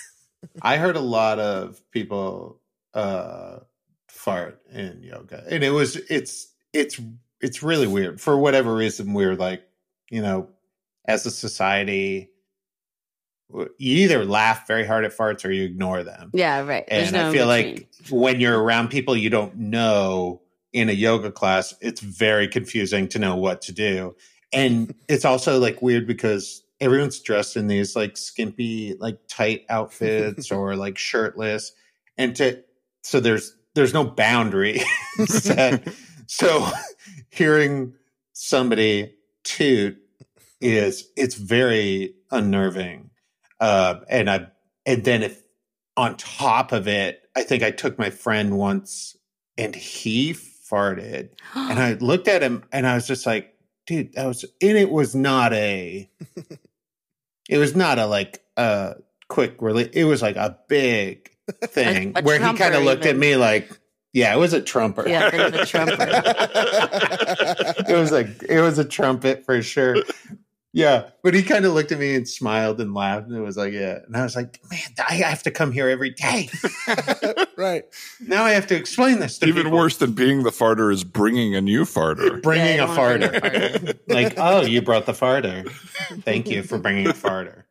[SPEAKER 3] I heard a lot of people uh fart in yoga. And it was it's it's it's really weird. For whatever reason we're like, you know, as a society you either laugh very hard at farts or you ignore them.
[SPEAKER 4] yeah, right. There's
[SPEAKER 3] and
[SPEAKER 4] no
[SPEAKER 3] I feel
[SPEAKER 4] in-between.
[SPEAKER 3] like when you're around people you don't know in a yoga class, it's very confusing to know what to do. And it's also like weird because everyone's dressed in these like skimpy, like tight outfits or like shirtless. And to so there's there's no boundary set. So hearing somebody toot is it's very unnerving. Uh, and I and then if on top of it, I think I took my friend once and he farted. And I looked at him and I was just like, dude, that was and it was not a it was not a like uh quick really it was like a big thing
[SPEAKER 4] A- a
[SPEAKER 3] where he kind
[SPEAKER 4] trumper
[SPEAKER 3] of looked at
[SPEAKER 4] even.
[SPEAKER 3] me like, yeah, it was a trumper.
[SPEAKER 4] Yeah, a bit of a trumper.
[SPEAKER 3] it was like it was a trumpet for sure. Yeah, but he kind of looked at me and smiled and laughed, and it was like, yeah. And I was like, man, I have to come here every day.
[SPEAKER 2] right.
[SPEAKER 3] now I have to explain this to
[SPEAKER 5] Even
[SPEAKER 3] people.
[SPEAKER 5] worse than being the farter is bringing a new farter.
[SPEAKER 3] bringing
[SPEAKER 4] Yeah,
[SPEAKER 3] a
[SPEAKER 4] I don't wanna bring
[SPEAKER 3] farter. like, oh, you brought the farter. Thank you for bringing a farter.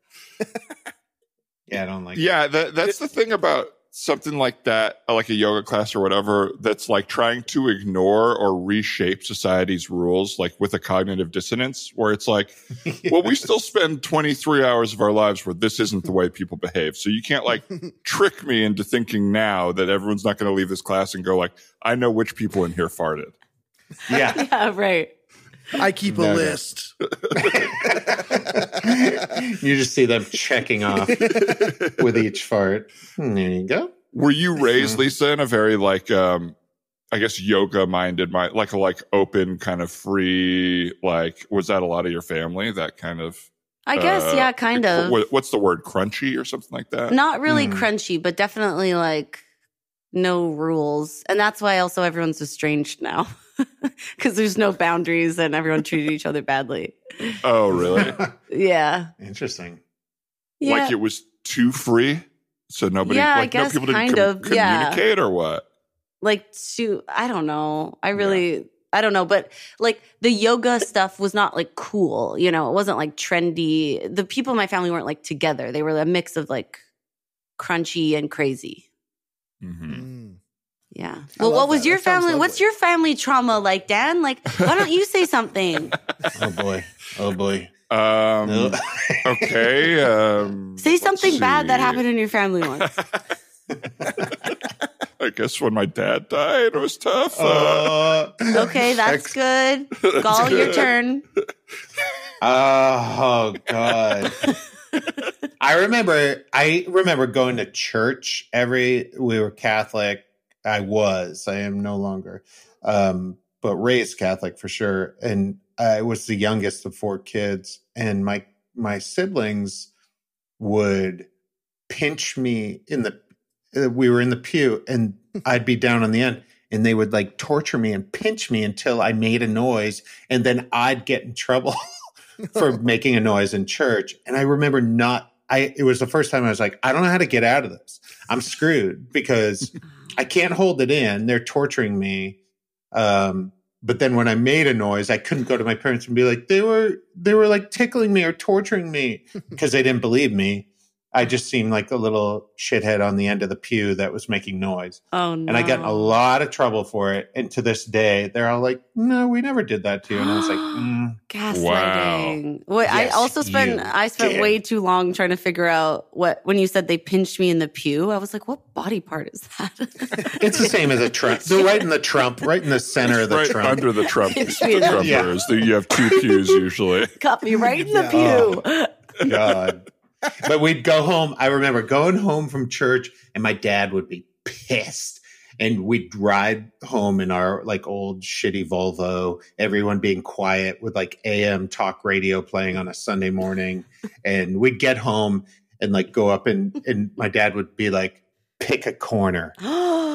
[SPEAKER 3] Yeah, I don't like.
[SPEAKER 5] yeah, that, that's the thing about something like that, uh, like a yoga class or whatever, that's like trying to ignore or reshape society's rules, like with a cognitive dissonance, where it's like, well, we still spend 23 hours of our lives where this isn't the way people behave. So you can't like trick me into thinking now that everyone's not going to leave this class and go like, I know which people in here farted.
[SPEAKER 3] Yeah.
[SPEAKER 4] yeah, right.
[SPEAKER 2] I keep a
[SPEAKER 3] No, no.
[SPEAKER 2] list.
[SPEAKER 3] you just see them checking off with each fart. Hmm, There you go.
[SPEAKER 5] Were you raised, Lisa, in a very like, um, I guess yoga minded mind, like a like open kind of free, like, was that a lot of your family? That kind of,
[SPEAKER 4] I guess,
[SPEAKER 5] Uh,
[SPEAKER 4] yeah, kind of.
[SPEAKER 5] what- what's the word? Crunchy or something like that?
[SPEAKER 4] Not really
[SPEAKER 3] Hmm.
[SPEAKER 4] crunchy, but definitely like no rules. And that's why also everyone's estranged now because there's no boundaries and everyone treated each other badly.
[SPEAKER 5] Oh, really?
[SPEAKER 4] Yeah.
[SPEAKER 3] Interesting.
[SPEAKER 4] Yeah.
[SPEAKER 5] Like it was too free, so nobody,
[SPEAKER 4] Yeah, I
[SPEAKER 5] like
[SPEAKER 4] guess
[SPEAKER 5] no people didn't
[SPEAKER 4] kind
[SPEAKER 5] com-
[SPEAKER 4] of, yeah.
[SPEAKER 5] communicate or what?
[SPEAKER 4] like to i don't know i really i don't know but like the yoga stuff was not like cool you know it wasn't like trendy the people in my family weren't like together they were a mix of like crunchy and crazy
[SPEAKER 5] hmm
[SPEAKER 2] Mm.
[SPEAKER 4] yeah
[SPEAKER 2] I
[SPEAKER 4] well
[SPEAKER 2] love
[SPEAKER 4] what was
[SPEAKER 2] that.
[SPEAKER 4] your
[SPEAKER 2] That sounds
[SPEAKER 4] family what's
[SPEAKER 2] lovely.
[SPEAKER 4] your family trauma like dan like why don't you say something
[SPEAKER 3] Oh boy. Oh boy.
[SPEAKER 5] Um,
[SPEAKER 3] No.
[SPEAKER 5] okay. Um,
[SPEAKER 4] say
[SPEAKER 5] let's
[SPEAKER 4] something bad that
[SPEAKER 5] see.
[SPEAKER 4] happened in your family once
[SPEAKER 5] I guess when my dad died, it was tough. Uh,
[SPEAKER 3] Uh,
[SPEAKER 4] okay that's
[SPEAKER 3] ex-
[SPEAKER 4] good
[SPEAKER 5] that's
[SPEAKER 4] gall Oh. your
[SPEAKER 5] good.
[SPEAKER 4] turn
[SPEAKER 3] Oh god. I remember I remember going to church every we were Catholic. I was. I am no longer. Um but raised Catholic for sure and I was the youngest of four kids and my my siblings would pinch me in the uh, we were in the pew and I'd be down on the end and they would like torture me and pinch me until I made a noise and then I'd get in trouble for making a noise in church. And I remember not I it was the first time I was like, I don't know how to get out of this. I'm screwed because I can't hold it in. They're torturing me. Um but then when I made a noise, I couldn't go to my parents and be like, they were they were like tickling me or torturing me because they didn't believe me. I just seemed like a little shithead on the end of the pew that was making noise.
[SPEAKER 4] oh no
[SPEAKER 3] And I got in a lot of trouble for it. And to this day, they're all like, no, we never did that to you. And I was like, mm,
[SPEAKER 4] Gaslighting. What
[SPEAKER 3] Yes,
[SPEAKER 4] I also spent
[SPEAKER 3] you
[SPEAKER 4] I spent
[SPEAKER 3] did.
[SPEAKER 4] way too long trying to figure out what when you said they pinched me in the pew, I was like, what body part is that?
[SPEAKER 3] it's the same as a Trump. They're right in the Trump, right in the center of the
[SPEAKER 5] right
[SPEAKER 3] Trump.
[SPEAKER 5] under the Trump, the
[SPEAKER 4] It's weird.
[SPEAKER 5] Trumpers.
[SPEAKER 3] Yeah.
[SPEAKER 5] You have two pews usually.
[SPEAKER 4] Got me right in the pew.
[SPEAKER 3] God. But we'd go home. I remember going home from church, and my dad would be pissed. And we'd ride home in our like old shitty Volvo, everyone being quiet with like AM talk radio playing on a Sunday morning. And we'd get home and like go up and and my dad would be like, pick a corner,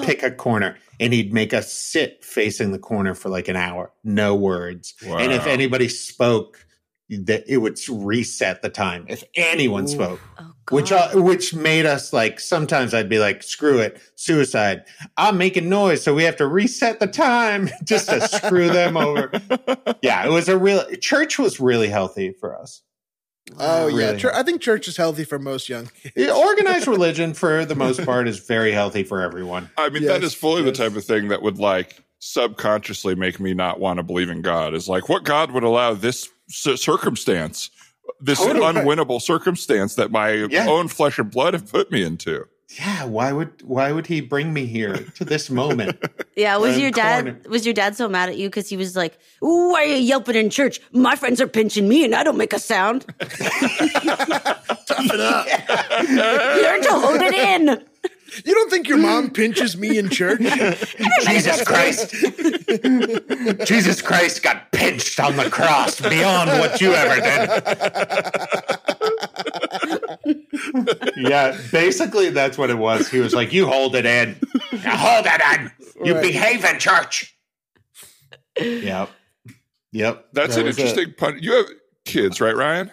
[SPEAKER 3] pick a corner. And he'd make us sit facing the corner for like an hour. No words.
[SPEAKER 5] Wow.
[SPEAKER 3] And if anybody spoke, that it would reset the time. If anyone spoke,
[SPEAKER 4] Oh,
[SPEAKER 3] which
[SPEAKER 4] God.
[SPEAKER 3] uh, which made us like sometimes I'd be like, "Screw it, suicide! I'm making noise, so we have to reset the time just to screw them over." Yeah, it was a real church was really healthy for us.
[SPEAKER 2] Oh yeah,
[SPEAKER 3] Really?
[SPEAKER 2] Chur- I think church is healthy for most young kids.
[SPEAKER 3] Yeah, Organized religion, for the most part, is very healthy for everyone.
[SPEAKER 5] I mean, that
[SPEAKER 2] Yes,
[SPEAKER 5] is fully
[SPEAKER 2] yes.
[SPEAKER 5] the type of thing that would like subconsciously make me not want to believe in God. Is like, what God would allow this c- circumstance, this
[SPEAKER 3] Totally.
[SPEAKER 5] unwinnable circumstance that my
[SPEAKER 3] Yeah.
[SPEAKER 5] own flesh and blood have put me into?
[SPEAKER 3] Yeah, why would why would he bring me here to this moment?
[SPEAKER 4] Yeah, was
[SPEAKER 3] I'm
[SPEAKER 4] your dad
[SPEAKER 3] cornered.
[SPEAKER 4] was your dad so mad at you because he was like, Ooh, why are you yelping in church? My friends are pinching me and I don't make a sound.
[SPEAKER 2] Toughen up.
[SPEAKER 4] Learn to hold it in.
[SPEAKER 2] You don't think your mom pinches me in church?
[SPEAKER 3] Jesus Christ. Jesus Christ got pinched on the cross beyond what you ever did. yeah, basically that's what it was. He was like, You hold it in. You hold it in. You
[SPEAKER 2] Right.
[SPEAKER 3] behave in church. Yep. Yep.
[SPEAKER 5] That's
[SPEAKER 3] That
[SPEAKER 5] an
[SPEAKER 3] was it.
[SPEAKER 5] interesting pun. You have kids, right, Ryan?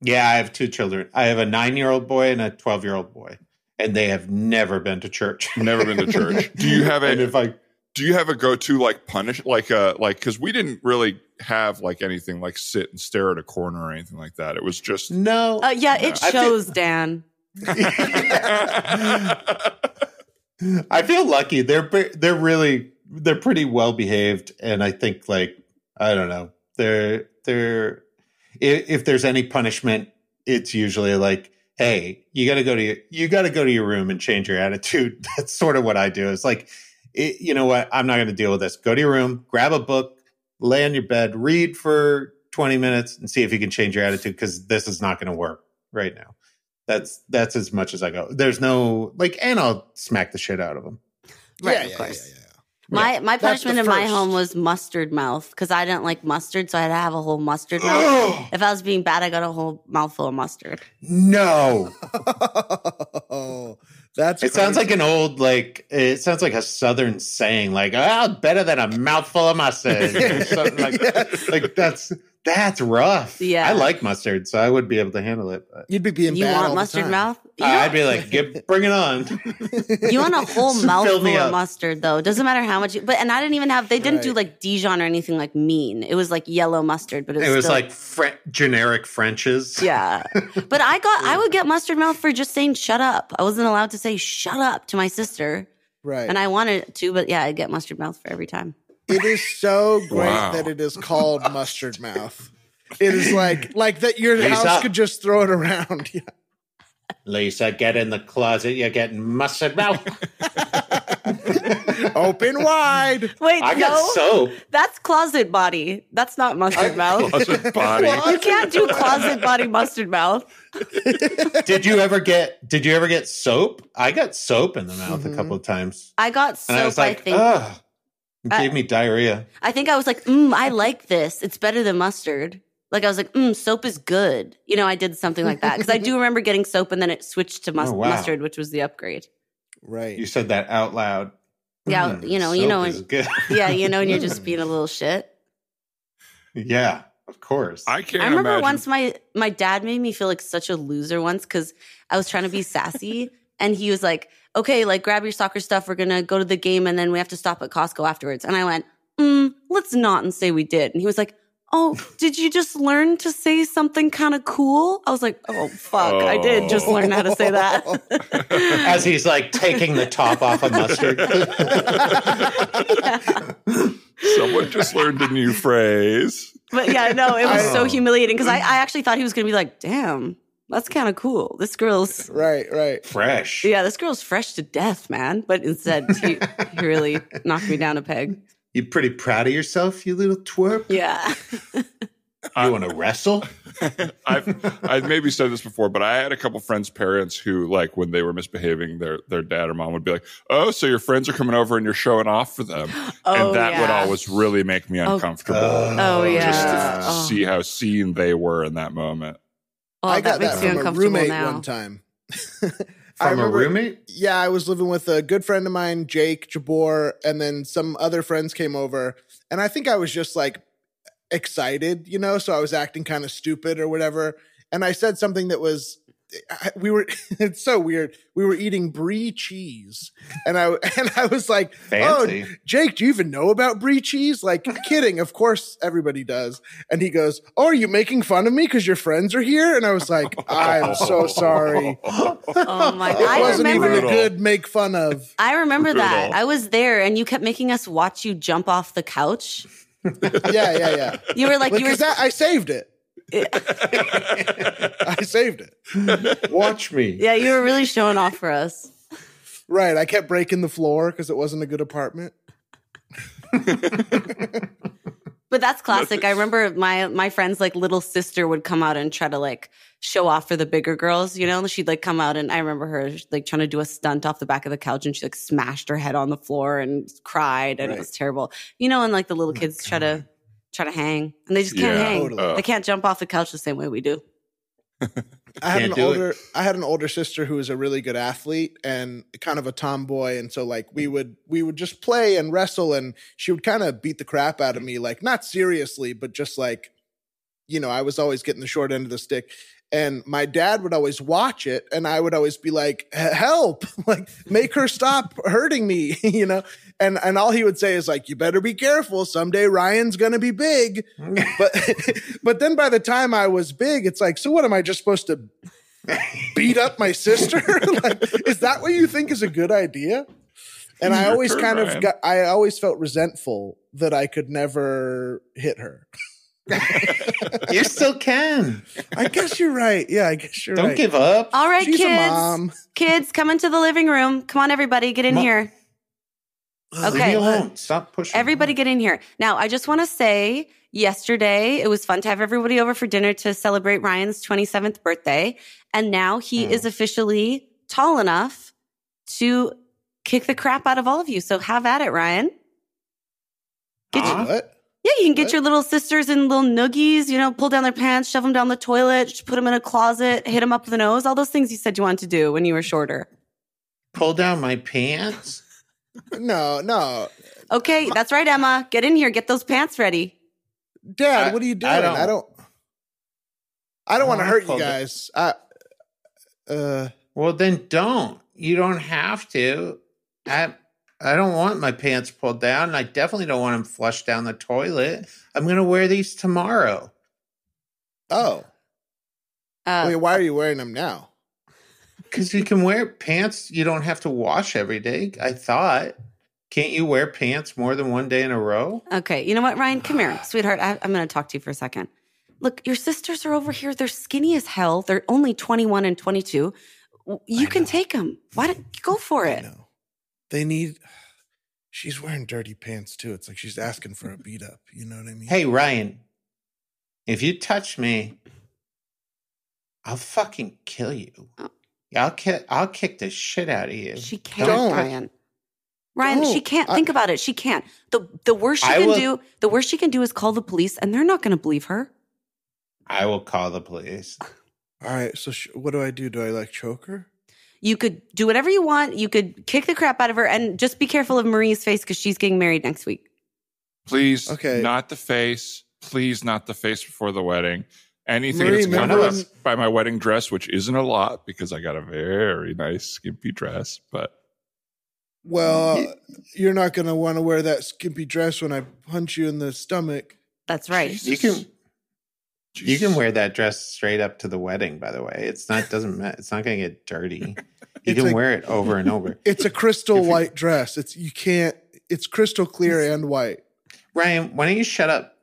[SPEAKER 3] Yeah, I have two children. I have a nine year old boy and a 12 year old boy, and they have never been to church.
[SPEAKER 5] Never been to church. Do you have
[SPEAKER 3] and
[SPEAKER 5] a
[SPEAKER 3] if I
[SPEAKER 5] Do you have a go to like punish like uh like because we didn't really have like anything like sit and stare at a corner or anything like that. It was just
[SPEAKER 3] no,
[SPEAKER 4] Uh, yeah,
[SPEAKER 3] I
[SPEAKER 4] it
[SPEAKER 3] think-
[SPEAKER 4] shows, Dan.
[SPEAKER 3] I feel lucky. They're pre- they're really they're pretty well behaved, and I think like I don't know they're they're if, if there's any punishment, it's usually like hey you got to go to your, you got to go to your room and change your attitude. That's sort of what I do. It's like it, you know what I'm not going to deal with this. Go to your room, grab a book, lay on your bed, read for 20 minutes, and see if you can change your attitude because this is not going to work right now that's that's as much as I go. There's no like, and I'll smack the shit out of them.
[SPEAKER 4] Right, of course.
[SPEAKER 2] yeah, yeah.
[SPEAKER 4] My my
[SPEAKER 2] That's the
[SPEAKER 4] punishment in my
[SPEAKER 2] first.
[SPEAKER 4] home was mustard mouth because I didn't like mustard, so I had to have a whole mustard mouth. if I was being bad, I got a whole mouthful of mustard.
[SPEAKER 3] No,
[SPEAKER 2] Oh, that's
[SPEAKER 3] it sounds
[SPEAKER 2] crazy.
[SPEAKER 3] like an old like it sounds like a southern saying like ah better than a mouthful of mustard or something like like that's that's rough.
[SPEAKER 4] Yeah.
[SPEAKER 3] I like mustard, so I would be able to handle it. But
[SPEAKER 2] you'd be being
[SPEAKER 4] you
[SPEAKER 2] bad all
[SPEAKER 4] want
[SPEAKER 2] the
[SPEAKER 4] mustard
[SPEAKER 2] time. Uh,
[SPEAKER 4] mouth? You,
[SPEAKER 3] I'd be like, Get, bring it on.
[SPEAKER 4] you want a whole
[SPEAKER 3] Fill
[SPEAKER 4] mouthful
[SPEAKER 3] me
[SPEAKER 4] of
[SPEAKER 3] up.
[SPEAKER 4] mustard though. Doesn't matter how much. You, but and I didn't even have. They didn't do
[SPEAKER 2] Right.
[SPEAKER 4] like Dijon or anything like mean. It was like yellow mustard, but it was,
[SPEAKER 3] It was
[SPEAKER 4] still-
[SPEAKER 3] like Fre- generic Frenches.
[SPEAKER 4] Yeah. But I got I would get mustard mouth for just saying shut up. I wasn't allowed to say shut up to my sister.
[SPEAKER 2] Right.
[SPEAKER 4] And I wanted to, but yeah, I get mustard mouth for every time.
[SPEAKER 2] It is so great
[SPEAKER 5] Wow.
[SPEAKER 2] that it is called mustard mouth. It is like like that your
[SPEAKER 3] Lisa.
[SPEAKER 2] house could just throw it around. Yeah.
[SPEAKER 3] Lisa, get in the closet. You're getting mustard mouth.
[SPEAKER 2] Open wide.
[SPEAKER 4] Wait,
[SPEAKER 3] I got soap.
[SPEAKER 4] That's closet body. That's not mustard mouth.
[SPEAKER 5] Closet body.
[SPEAKER 4] You can't do closet body mustard mouth.
[SPEAKER 3] did you ever get did you ever get soap i got soap in the mouth a couple of times
[SPEAKER 4] I got
[SPEAKER 3] and
[SPEAKER 4] Mm-hmm. soap.
[SPEAKER 3] i was like "Oh."
[SPEAKER 4] think.
[SPEAKER 3] ugh it
[SPEAKER 4] I-
[SPEAKER 3] gave me diarrhea
[SPEAKER 4] I think I was like, mm, I like this. It's better than mustard. Like I was like, mm, soap is good. You know, I did something like that because I do remember getting soap and then it switched to mus-
[SPEAKER 3] Oh, wow.
[SPEAKER 4] mustard, which was the upgrade.
[SPEAKER 3] you
[SPEAKER 2] Right.
[SPEAKER 3] said that out loud Hmm,
[SPEAKER 4] Yeah, you know, you
[SPEAKER 3] soap
[SPEAKER 4] know,
[SPEAKER 3] is
[SPEAKER 4] and-
[SPEAKER 3] good.
[SPEAKER 4] Yeah, you know, and you're just being a little shit.
[SPEAKER 3] yeah of course
[SPEAKER 5] I can't
[SPEAKER 4] I remember
[SPEAKER 5] imagine.
[SPEAKER 4] once my my dad made me feel like such a loser once because I was trying to be sassy and he was like, "Okay, like grab your soccer stuff. We're gonna go to the game and then we have to stop at Costco afterwards." And I went, mm, "Let's not and say we did." And he was like, "Oh, did you just learn to say something kind of cool?" I was like, "Oh fuck, I did just
[SPEAKER 5] Oh.
[SPEAKER 4] learn how to say that."
[SPEAKER 3] as he's like taking the top off of mustard
[SPEAKER 5] Someone just learned a new phrase.
[SPEAKER 4] But yeah, no, it was so
[SPEAKER 5] Oh.
[SPEAKER 4] humiliating because I, I actually thought he was gonna be like, "Damn, that's kind of cool. This girl's
[SPEAKER 2] Right, right.
[SPEAKER 3] fresh
[SPEAKER 4] Yeah, this girl's fresh to death, man. But instead, he, he really knocked me down a peg.
[SPEAKER 3] you pretty proud of yourself you little twerp
[SPEAKER 4] Yeah.
[SPEAKER 3] you want to wrestle
[SPEAKER 5] I've I've maybe said this before, but I had a couple friends' parents who, like, when they were misbehaving, their their dad or mom would be like, "Oh, so your friends are coming over and you're showing off for them,"
[SPEAKER 4] Oh,
[SPEAKER 5] and that would
[SPEAKER 4] yeah.
[SPEAKER 5] always really make me
[SPEAKER 4] Oh,
[SPEAKER 5] uncomfortable.
[SPEAKER 4] Oh, yeah.
[SPEAKER 5] Just to
[SPEAKER 4] Oh.
[SPEAKER 5] see how seen they were in that moment.
[SPEAKER 4] Oh,
[SPEAKER 2] I
[SPEAKER 4] that
[SPEAKER 2] got
[SPEAKER 4] makes
[SPEAKER 2] that
[SPEAKER 4] me
[SPEAKER 2] from a
[SPEAKER 4] uncomfortable
[SPEAKER 2] roommate
[SPEAKER 4] now.
[SPEAKER 2] one time. I
[SPEAKER 3] from a
[SPEAKER 2] remember-
[SPEAKER 3] roommate
[SPEAKER 2] yeah, I was living with a good friend of mine, Jake Jabor, and then some other friends came over, and I think I was just like excited, you know, so I was acting kind of stupid or whatever, and I said something that was I- we were it's so weird. We were eating brie cheese, and I and I was like,
[SPEAKER 3] fancy
[SPEAKER 2] "Oh, Jake, do you even know about brie cheese?" Like, kidding, of course everybody does. And he goes, "Oh, are you making fun of me because your friends are here?" And I was like, "I'm so sorry."
[SPEAKER 4] Oh my
[SPEAKER 2] It
[SPEAKER 4] god. I
[SPEAKER 2] wasn't
[SPEAKER 4] remember
[SPEAKER 2] even a
[SPEAKER 5] Brutal.
[SPEAKER 2] good make fun of.
[SPEAKER 4] I remember that.
[SPEAKER 5] Brutal.
[SPEAKER 4] I was there and you kept making us watch you jump off the couch.
[SPEAKER 2] Yeah, yeah, yeah.
[SPEAKER 4] You were like,
[SPEAKER 2] Like,
[SPEAKER 4] you were
[SPEAKER 2] cause that, I saved it. I saved it.
[SPEAKER 3] watch me
[SPEAKER 4] Yeah, you were really showing off for us.
[SPEAKER 2] Right. I kept breaking the floor because it wasn't a good apartment.
[SPEAKER 4] But that's classic. I remember my my friend's like little sister would come out and try to like show off for the bigger girls, you know? She'd like come out and I remember her like trying to do a stunt off the back of the couch and she like smashed her head on the floor and cried and it
[SPEAKER 2] Right.
[SPEAKER 4] was terrible. You know, and like the
[SPEAKER 2] Oh
[SPEAKER 4] little kids try to try to hang and they just can't
[SPEAKER 5] Yeah.
[SPEAKER 4] hang.
[SPEAKER 2] Totally.
[SPEAKER 5] Uh.
[SPEAKER 4] They can't jump off the couch the same way we do.
[SPEAKER 2] I had
[SPEAKER 3] Can't
[SPEAKER 2] an
[SPEAKER 3] do it.
[SPEAKER 2] older I had an older sister who was a really good athlete and kind of a tomboy and so like we would we would just play and wrestle and she would kind of beat the crap out of me like not seriously but just like you know I was always getting the short end of the stick and my dad would always watch it and I would always be like "H- help like make her stop hurting me you know and and all he would say is like you better be careful someday Ryan's going to be big but but then by the time I was big, it's like, so what am I just supposed to beat up my sister? like, is that what you think is a good idea? and I
[SPEAKER 5] Your
[SPEAKER 2] always
[SPEAKER 5] turn,
[SPEAKER 2] kind of
[SPEAKER 5] Ryan.
[SPEAKER 2] got I always felt resentful that I could never hit her.
[SPEAKER 3] You still can.
[SPEAKER 2] I guess you're right. Yeah, I guess you're
[SPEAKER 3] Don't
[SPEAKER 2] right.
[SPEAKER 3] give up.
[SPEAKER 4] All right,
[SPEAKER 2] She's
[SPEAKER 4] kids.
[SPEAKER 2] a mom.
[SPEAKER 4] Kids, come into the living room. Come on, everybody, get in
[SPEAKER 3] Mom-
[SPEAKER 4] here.
[SPEAKER 3] Leave me
[SPEAKER 4] Okay.
[SPEAKER 3] alone. Stop pushing.
[SPEAKER 4] Everybody get in here. Now, I just want to say yesterday it was fun to have everybody over for dinner to celebrate Ryan's 27th birthday. And now he
[SPEAKER 3] Mm.
[SPEAKER 4] is officially tall enough to kick the crap out of all of you. So have at it, Ryan. Get
[SPEAKER 3] Huh?
[SPEAKER 2] What?
[SPEAKER 4] Yeah, you can get
[SPEAKER 2] What?
[SPEAKER 4] your little sisters in little noogies, you know, pull down their pants, shove them down the toilet, just put them in a closet, hit them up the nose, all those things you said you wanted to do when you were shorter.
[SPEAKER 3] pull down my pants.
[SPEAKER 2] No, no.
[SPEAKER 4] Okay, that's right, Emma. Get in here, get those pants ready.
[SPEAKER 2] Dad,
[SPEAKER 3] I-
[SPEAKER 2] what are you doing?
[SPEAKER 3] I
[SPEAKER 2] I
[SPEAKER 3] don't- Oh,
[SPEAKER 2] don't I don't, want to
[SPEAKER 3] I
[SPEAKER 2] hurt you
[SPEAKER 3] pulled it.
[SPEAKER 2] guys. I uh
[SPEAKER 3] Well, then don't. You don't have to. I I don't want my pants pulled down. and I definitely don't want them flushed down the toilet. I'm gonna wear these tomorrow.
[SPEAKER 2] oh.
[SPEAKER 4] Uh,
[SPEAKER 2] I mean, why are you wearing them now?
[SPEAKER 3] Because you can wear pants you don't have to wash every day. I thought. Can't you wear pants more than one day in a row?
[SPEAKER 4] Okay, you know what, Ryan? Come here, sweetheart. I, I'm going to talk to you for a second. Look, your sisters are over here. They're skinny as hell. They're only 21 and 22. W- You can take them. Why don't go for
[SPEAKER 2] I
[SPEAKER 4] it?
[SPEAKER 2] know. They need She's wearing dirty pants too. It's like she's asking for a
[SPEAKER 4] Mm-hmm.
[SPEAKER 2] beat up. You know what I mean?
[SPEAKER 3] Hey Ryan, if you touch me, I'll fucking kill you.
[SPEAKER 4] Oh.
[SPEAKER 3] I'll kick. I'll kick the shit out of you.
[SPEAKER 4] She can't,
[SPEAKER 3] Don't.
[SPEAKER 4] Ryan. Ryan, she
[SPEAKER 2] Don't.
[SPEAKER 4] can't.
[SPEAKER 2] I-
[SPEAKER 4] Think about it. She can't. the The worst she
[SPEAKER 3] I
[SPEAKER 4] can
[SPEAKER 3] will-
[SPEAKER 4] do, the worst she can do, is call the police, and they're not going to believe her.
[SPEAKER 3] I will call the police.
[SPEAKER 2] All right, so sh- what do I do? Do I like choke her?
[SPEAKER 4] You could do whatever you want. You could kick the crap out of her, and just be careful of Marie's face because she's getting married next week.
[SPEAKER 5] Please,
[SPEAKER 2] Okay.
[SPEAKER 5] not the face. Please, not the face before the wedding. Anything
[SPEAKER 2] Marie,
[SPEAKER 5] that's
[SPEAKER 2] remember
[SPEAKER 5] one of
[SPEAKER 2] when-
[SPEAKER 5] us by my wedding dress, which isn't a lot because I got a very nice skimpy dress, but
[SPEAKER 2] Well, you're not going to want to wear that skimpy dress when I punch you in the stomach.
[SPEAKER 4] That's right.
[SPEAKER 3] You can you
[SPEAKER 5] Jesus.
[SPEAKER 3] can wear that dress straight up to the wedding. By the way, it's not doesn't matter. It's not going to get dirty. You
[SPEAKER 2] It's
[SPEAKER 3] can
[SPEAKER 2] a-
[SPEAKER 3] wear it over and over.
[SPEAKER 2] It's a crystal
[SPEAKER 3] If you-
[SPEAKER 2] white dress. It's you can't. It's crystal clear and white.
[SPEAKER 3] Ryan, why don't you shut up?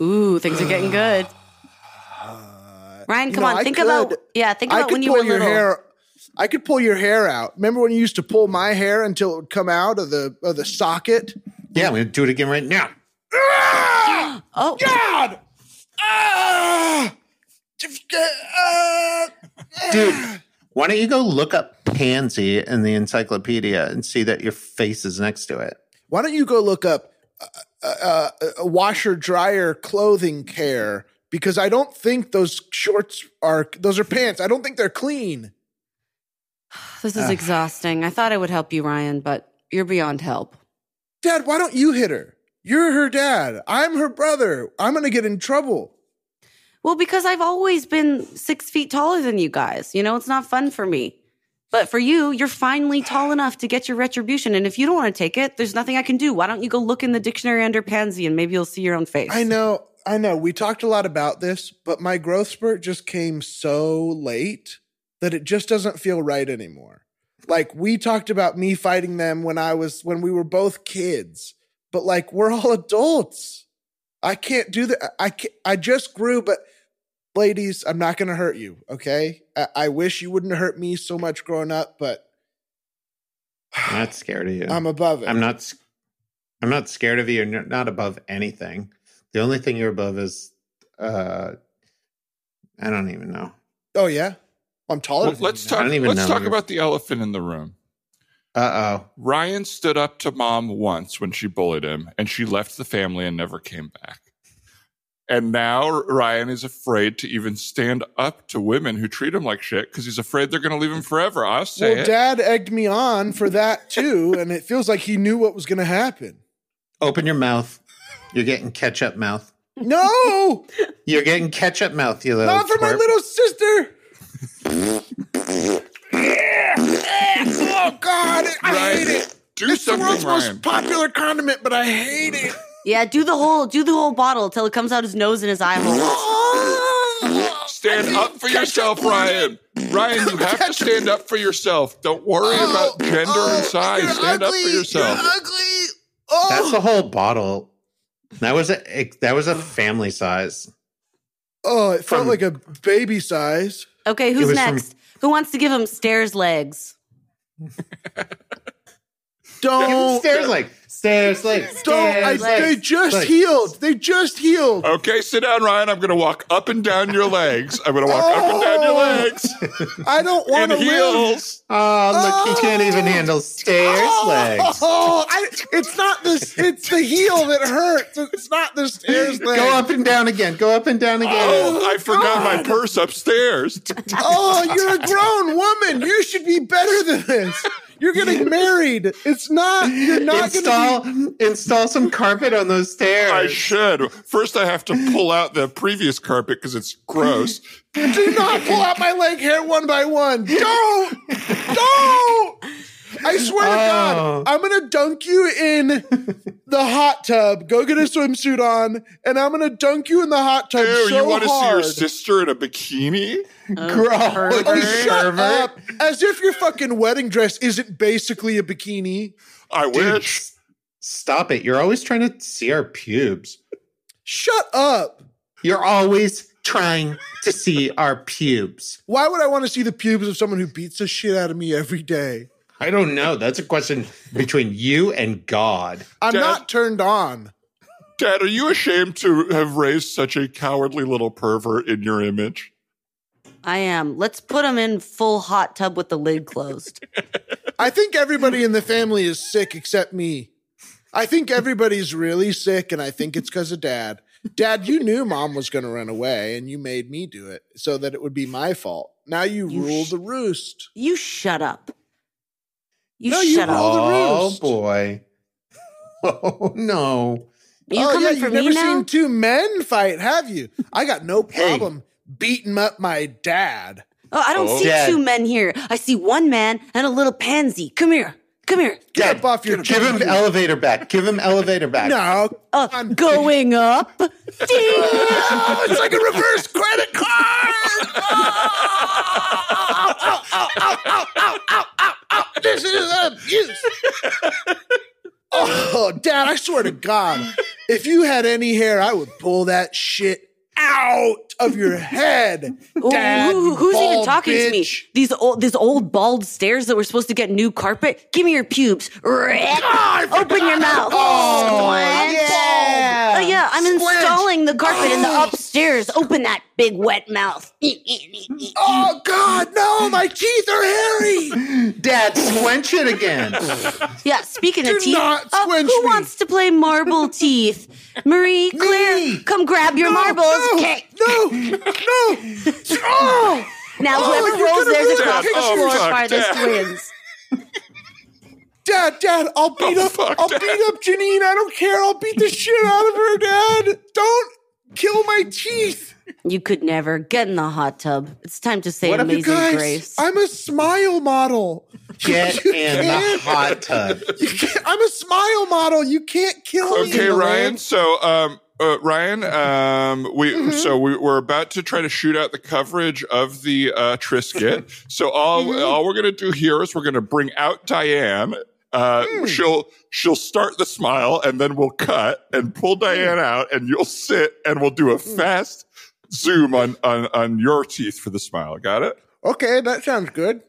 [SPEAKER 4] Ooh, things are getting good. Ryan,
[SPEAKER 2] You
[SPEAKER 4] come
[SPEAKER 2] know,
[SPEAKER 4] on.
[SPEAKER 2] I
[SPEAKER 4] think
[SPEAKER 2] could-
[SPEAKER 4] about yeah. Think
[SPEAKER 2] I
[SPEAKER 4] about
[SPEAKER 2] could
[SPEAKER 4] when you
[SPEAKER 2] pull
[SPEAKER 4] were
[SPEAKER 2] your
[SPEAKER 4] little.
[SPEAKER 2] hair. I could pull your hair out. Remember when you used to pull my hair until it would come out of the of the socket?
[SPEAKER 3] Yeah, I'm going to do it again right now.
[SPEAKER 4] Oh,
[SPEAKER 2] God! Ah! Ah!
[SPEAKER 3] Dude, why don't you go look up pansy in the encyclopedia and see that your face is next to it?
[SPEAKER 2] Why don't you go look up uh, uh, uh, washer dryer clothing care because I don't think those shorts are those are pants. I don't think they're clean.
[SPEAKER 4] this
[SPEAKER 2] Ah.
[SPEAKER 4] is exhausting. I thought I would help you, Ryan, but you're beyond help.
[SPEAKER 2] Dad, why don't you hit her? You're her dad. I'm her brother. I'm gonna get in trouble.
[SPEAKER 4] Well, because I've always been six feet taller than you guys. You know, it's not fun for me. But for you, you're finally tall enough to get your retribution. And if you don't want to take it, there's nothing I can do. Why don't you go look in the dictionary under pansy and maybe you'll see your own face?
[SPEAKER 2] I know, I know. We talked a lot about this, but my growth spurt just came so late that it just doesn't feel right anymore. Like we talked about me fighting them when I was when we were both kids, but like we're all adults. I can't do that. I can't, I just grew, but ladies, I'm not going to hurt you. Okay, I, I wish you wouldn't hurt me so much growing up, but
[SPEAKER 3] I'm not scared of you.
[SPEAKER 2] I'm above it.
[SPEAKER 3] I'm not. s- I'm not scared of you. and You're not above anything. The only thing you're above is, uh, I don't even know.
[SPEAKER 2] oh yeah, I'm taller.
[SPEAKER 5] Well,
[SPEAKER 2] than
[SPEAKER 5] let's
[SPEAKER 2] you now.
[SPEAKER 5] talk.
[SPEAKER 3] I don't even
[SPEAKER 5] Let's
[SPEAKER 3] know
[SPEAKER 5] talk
[SPEAKER 3] your-
[SPEAKER 5] about the elephant in the room.
[SPEAKER 3] Uh oh.
[SPEAKER 5] Ryan stood up to mom once when she bullied him, and she left the family and never came back. And now Ryan is afraid to even stand up to women who treat him like shit because he's afraid they're going to leave him forever. I'll say
[SPEAKER 2] well,
[SPEAKER 5] it.
[SPEAKER 2] Dad egged me on for that too, and it feels like he knew what was going to happen.
[SPEAKER 3] Open your mouth. You're getting ketchup mouth.
[SPEAKER 2] No,
[SPEAKER 3] You're getting ketchup mouth, you little.
[SPEAKER 2] not for my
[SPEAKER 3] twerp.
[SPEAKER 2] little sister. oh God, I hate
[SPEAKER 5] Ryan,
[SPEAKER 2] it.
[SPEAKER 5] do
[SPEAKER 2] It's the
[SPEAKER 5] something,
[SPEAKER 2] world's
[SPEAKER 5] Ryan.
[SPEAKER 2] most popular condiment, but I hate it.
[SPEAKER 4] yeah, do the whole do the whole bottle till it comes out his nose and his eye hole.
[SPEAKER 5] Stand up for yourself, Ryan. Ryan, you have to stand up for yourself. Don't worry
[SPEAKER 2] Oh,
[SPEAKER 5] about gender and size. Stand up for yourself.
[SPEAKER 2] ugly. Oh,
[SPEAKER 3] That's a whole bottle. That was a it- that was a family size.
[SPEAKER 2] oh, it felt
[SPEAKER 3] From-
[SPEAKER 2] like a baby size.
[SPEAKER 4] Okay, who's
[SPEAKER 3] was from-
[SPEAKER 4] next? Who wants to give him stairs legs?
[SPEAKER 2] Don't,
[SPEAKER 3] stairs like stairs like
[SPEAKER 2] don't. I,
[SPEAKER 3] stairs like-
[SPEAKER 2] they just
[SPEAKER 3] like-
[SPEAKER 2] healed. They just healed.
[SPEAKER 5] Okay, sit down, Ryan. I'm going to walk up and down your legs. I'm going to walk up and down your
[SPEAKER 2] Oh.
[SPEAKER 5] legs
[SPEAKER 2] I don't want
[SPEAKER 5] in
[SPEAKER 2] to live.
[SPEAKER 5] heels.
[SPEAKER 3] Oh look, he can't even handle stairs legs.
[SPEAKER 2] Oh, I, it's not this. It's the heel that hurts. It's not the stairs leg.
[SPEAKER 3] Go up and down again. Go up and down again.
[SPEAKER 5] Oh, I forgot my purse upstairs.
[SPEAKER 2] Oh, you're a grown woman. You should be better than this. You're getting married. It's not. You're not going to.
[SPEAKER 3] install install some carpet on those stairs.
[SPEAKER 5] I should. First, I have to pull out the previous carpet because it's gross.
[SPEAKER 2] Do not pull out my leg hair one by one. Don't. Don't. I swear to
[SPEAKER 3] Oh.
[SPEAKER 2] God, I'm going to dunk you in the hot tub. Go get a swimsuit on, and I'm going to dunk you in the hot tub
[SPEAKER 5] Ew,
[SPEAKER 2] so
[SPEAKER 5] you want to see your
[SPEAKER 2] hard.
[SPEAKER 5] sister in a bikini?
[SPEAKER 3] Gross.
[SPEAKER 4] pervert.
[SPEAKER 2] Oh, shut
[SPEAKER 3] Pervert.
[SPEAKER 2] up. As if your fucking wedding dress isn't basically a bikini.
[SPEAKER 5] I
[SPEAKER 3] Dude,
[SPEAKER 5] wish.
[SPEAKER 3] s- stop it. You're always trying to see our pubes.
[SPEAKER 2] Shut up.
[SPEAKER 3] You're always trying to see our pubes.
[SPEAKER 2] Why would I want to see the pubes of someone who beats the shit out of me every day?
[SPEAKER 3] I don't know. That's a question between you and God.
[SPEAKER 2] I'm
[SPEAKER 5] Dad.
[SPEAKER 2] not turned on.
[SPEAKER 5] Dad, are you ashamed to have raised such a cowardly little pervert in your image?
[SPEAKER 4] I am. Let's put him in full hot tub with the lid closed.
[SPEAKER 2] I think everybody in the family is sick except me. I think everybody's really sick, and I think it's because of dad. Dad, you knew mom was going to run away, and you made me do it so that it would be my fault. Now you,
[SPEAKER 4] You
[SPEAKER 2] rule
[SPEAKER 4] sh-
[SPEAKER 2] the roost.
[SPEAKER 4] You shut up. You
[SPEAKER 2] No,
[SPEAKER 4] shut
[SPEAKER 2] you
[SPEAKER 4] up.
[SPEAKER 2] All the
[SPEAKER 3] Oh
[SPEAKER 2] roost.
[SPEAKER 3] boy. Oh no.
[SPEAKER 4] You
[SPEAKER 2] oh, yeah,
[SPEAKER 4] coming
[SPEAKER 2] you've
[SPEAKER 4] for
[SPEAKER 2] never
[SPEAKER 4] me now?
[SPEAKER 2] seen two men fight, have you? I got no
[SPEAKER 3] Hey.
[SPEAKER 2] problem beating up my dad.
[SPEAKER 4] oh, I don't
[SPEAKER 5] Oh.
[SPEAKER 4] see
[SPEAKER 3] Dad.
[SPEAKER 4] two men here. I see one man and a little pansy. Come here. Come here.
[SPEAKER 2] Get up off your
[SPEAKER 3] Give him
[SPEAKER 2] chin.
[SPEAKER 3] elevator back. Give him elevator back.
[SPEAKER 2] No,
[SPEAKER 4] Uh,
[SPEAKER 2] I'm-
[SPEAKER 4] going up. Ding.
[SPEAKER 2] Oh, it's like a reverse credit card. Oh, oh, oh, oh, oh, oh, oh, oh, oh. This is abuse. Oh, Dad, I swear to God, if you had any hair, I would pull that shit out of your head.
[SPEAKER 4] Ooh,
[SPEAKER 2] Dad,
[SPEAKER 4] who-
[SPEAKER 2] you
[SPEAKER 4] who's even
[SPEAKER 2] bald
[SPEAKER 4] talking to me?
[SPEAKER 2] bitch.
[SPEAKER 4] These old, this old bald stairs that we're supposed to get new carpet. Give me your pubes. Open your mouth.
[SPEAKER 2] Oh,
[SPEAKER 4] Squint.
[SPEAKER 2] yeah.
[SPEAKER 4] Oh, yeah. I'm
[SPEAKER 2] Squint.
[SPEAKER 4] installing the carpet in the
[SPEAKER 2] Oh.
[SPEAKER 4] upstairs. Open that big wet mouth.
[SPEAKER 2] Oh, God, no, my teeth are hairy.
[SPEAKER 3] Dad, squinch it again.
[SPEAKER 4] Yeah. Speaking
[SPEAKER 2] Do
[SPEAKER 4] of teeth,
[SPEAKER 2] not
[SPEAKER 4] uh,
[SPEAKER 2] squinch
[SPEAKER 4] who
[SPEAKER 2] me.
[SPEAKER 4] wants to play marble teeth? Marie Claire, come grab your marbles. Okay.
[SPEAKER 2] No, no. Oh,
[SPEAKER 4] Now
[SPEAKER 2] Oh,
[SPEAKER 4] whoever
[SPEAKER 2] you're
[SPEAKER 4] rolls
[SPEAKER 2] gonna
[SPEAKER 4] theirs
[SPEAKER 2] ruin
[SPEAKER 4] across
[SPEAKER 5] it.
[SPEAKER 4] the
[SPEAKER 5] Oh,
[SPEAKER 4] floor
[SPEAKER 5] fuck,
[SPEAKER 4] farthest
[SPEAKER 5] Dad.
[SPEAKER 4] wins.
[SPEAKER 2] Dad, Dad, I'll beat
[SPEAKER 5] Oh,
[SPEAKER 2] up,
[SPEAKER 5] fuck,
[SPEAKER 2] I'll
[SPEAKER 5] Dad.
[SPEAKER 2] beat up Janine. I don't care. I'll beat the shit out of her, Dad. Don't kill my teeth,
[SPEAKER 4] You could never get in the hot tub. It's time to say
[SPEAKER 3] What if you
[SPEAKER 4] amazing
[SPEAKER 2] you guys.
[SPEAKER 4] grace.
[SPEAKER 2] I'm a smile model.
[SPEAKER 3] Get
[SPEAKER 2] You
[SPEAKER 3] in the
[SPEAKER 2] can't-
[SPEAKER 3] hot tub.
[SPEAKER 2] You can't, I'm a smile model. Oh, You can't kill me.
[SPEAKER 5] Okay,
[SPEAKER 2] Elaine.
[SPEAKER 5] Ryan. So, um, uh, Ryan, um, we so we, we're about to try to shoot out the coverage of the uh, Trisket. so all all we're gonna do here is we're gonna bring out Diane. Uh, She'll she'll start the smile, and then we'll cut and pull Diane out, and you'll sit, and we'll do a fast zoom on on on your teeth for the smile. Got it?
[SPEAKER 2] Okay, that sounds good.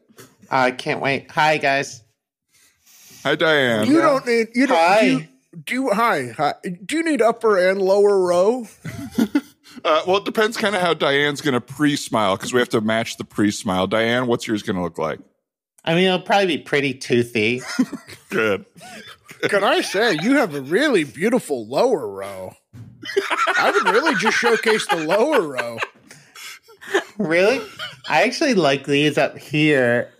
[SPEAKER 3] I can't wait. Hi guys.
[SPEAKER 5] Hi, Diane.
[SPEAKER 2] You don't need. You don't.
[SPEAKER 3] Hi.
[SPEAKER 2] You, do you, hi, hi. Do you need upper and lower row?
[SPEAKER 5] Uh, well, it depends kind of how Diane's going to pre smile because we have to match the pre smile. Diane, what's yours going to look like?
[SPEAKER 3] I mean, it'll probably be pretty toothy.
[SPEAKER 5] Good.
[SPEAKER 2] Can I say you have a really beautiful lower row? I would really just showcase the lower row.
[SPEAKER 3] really? I actually like these up here.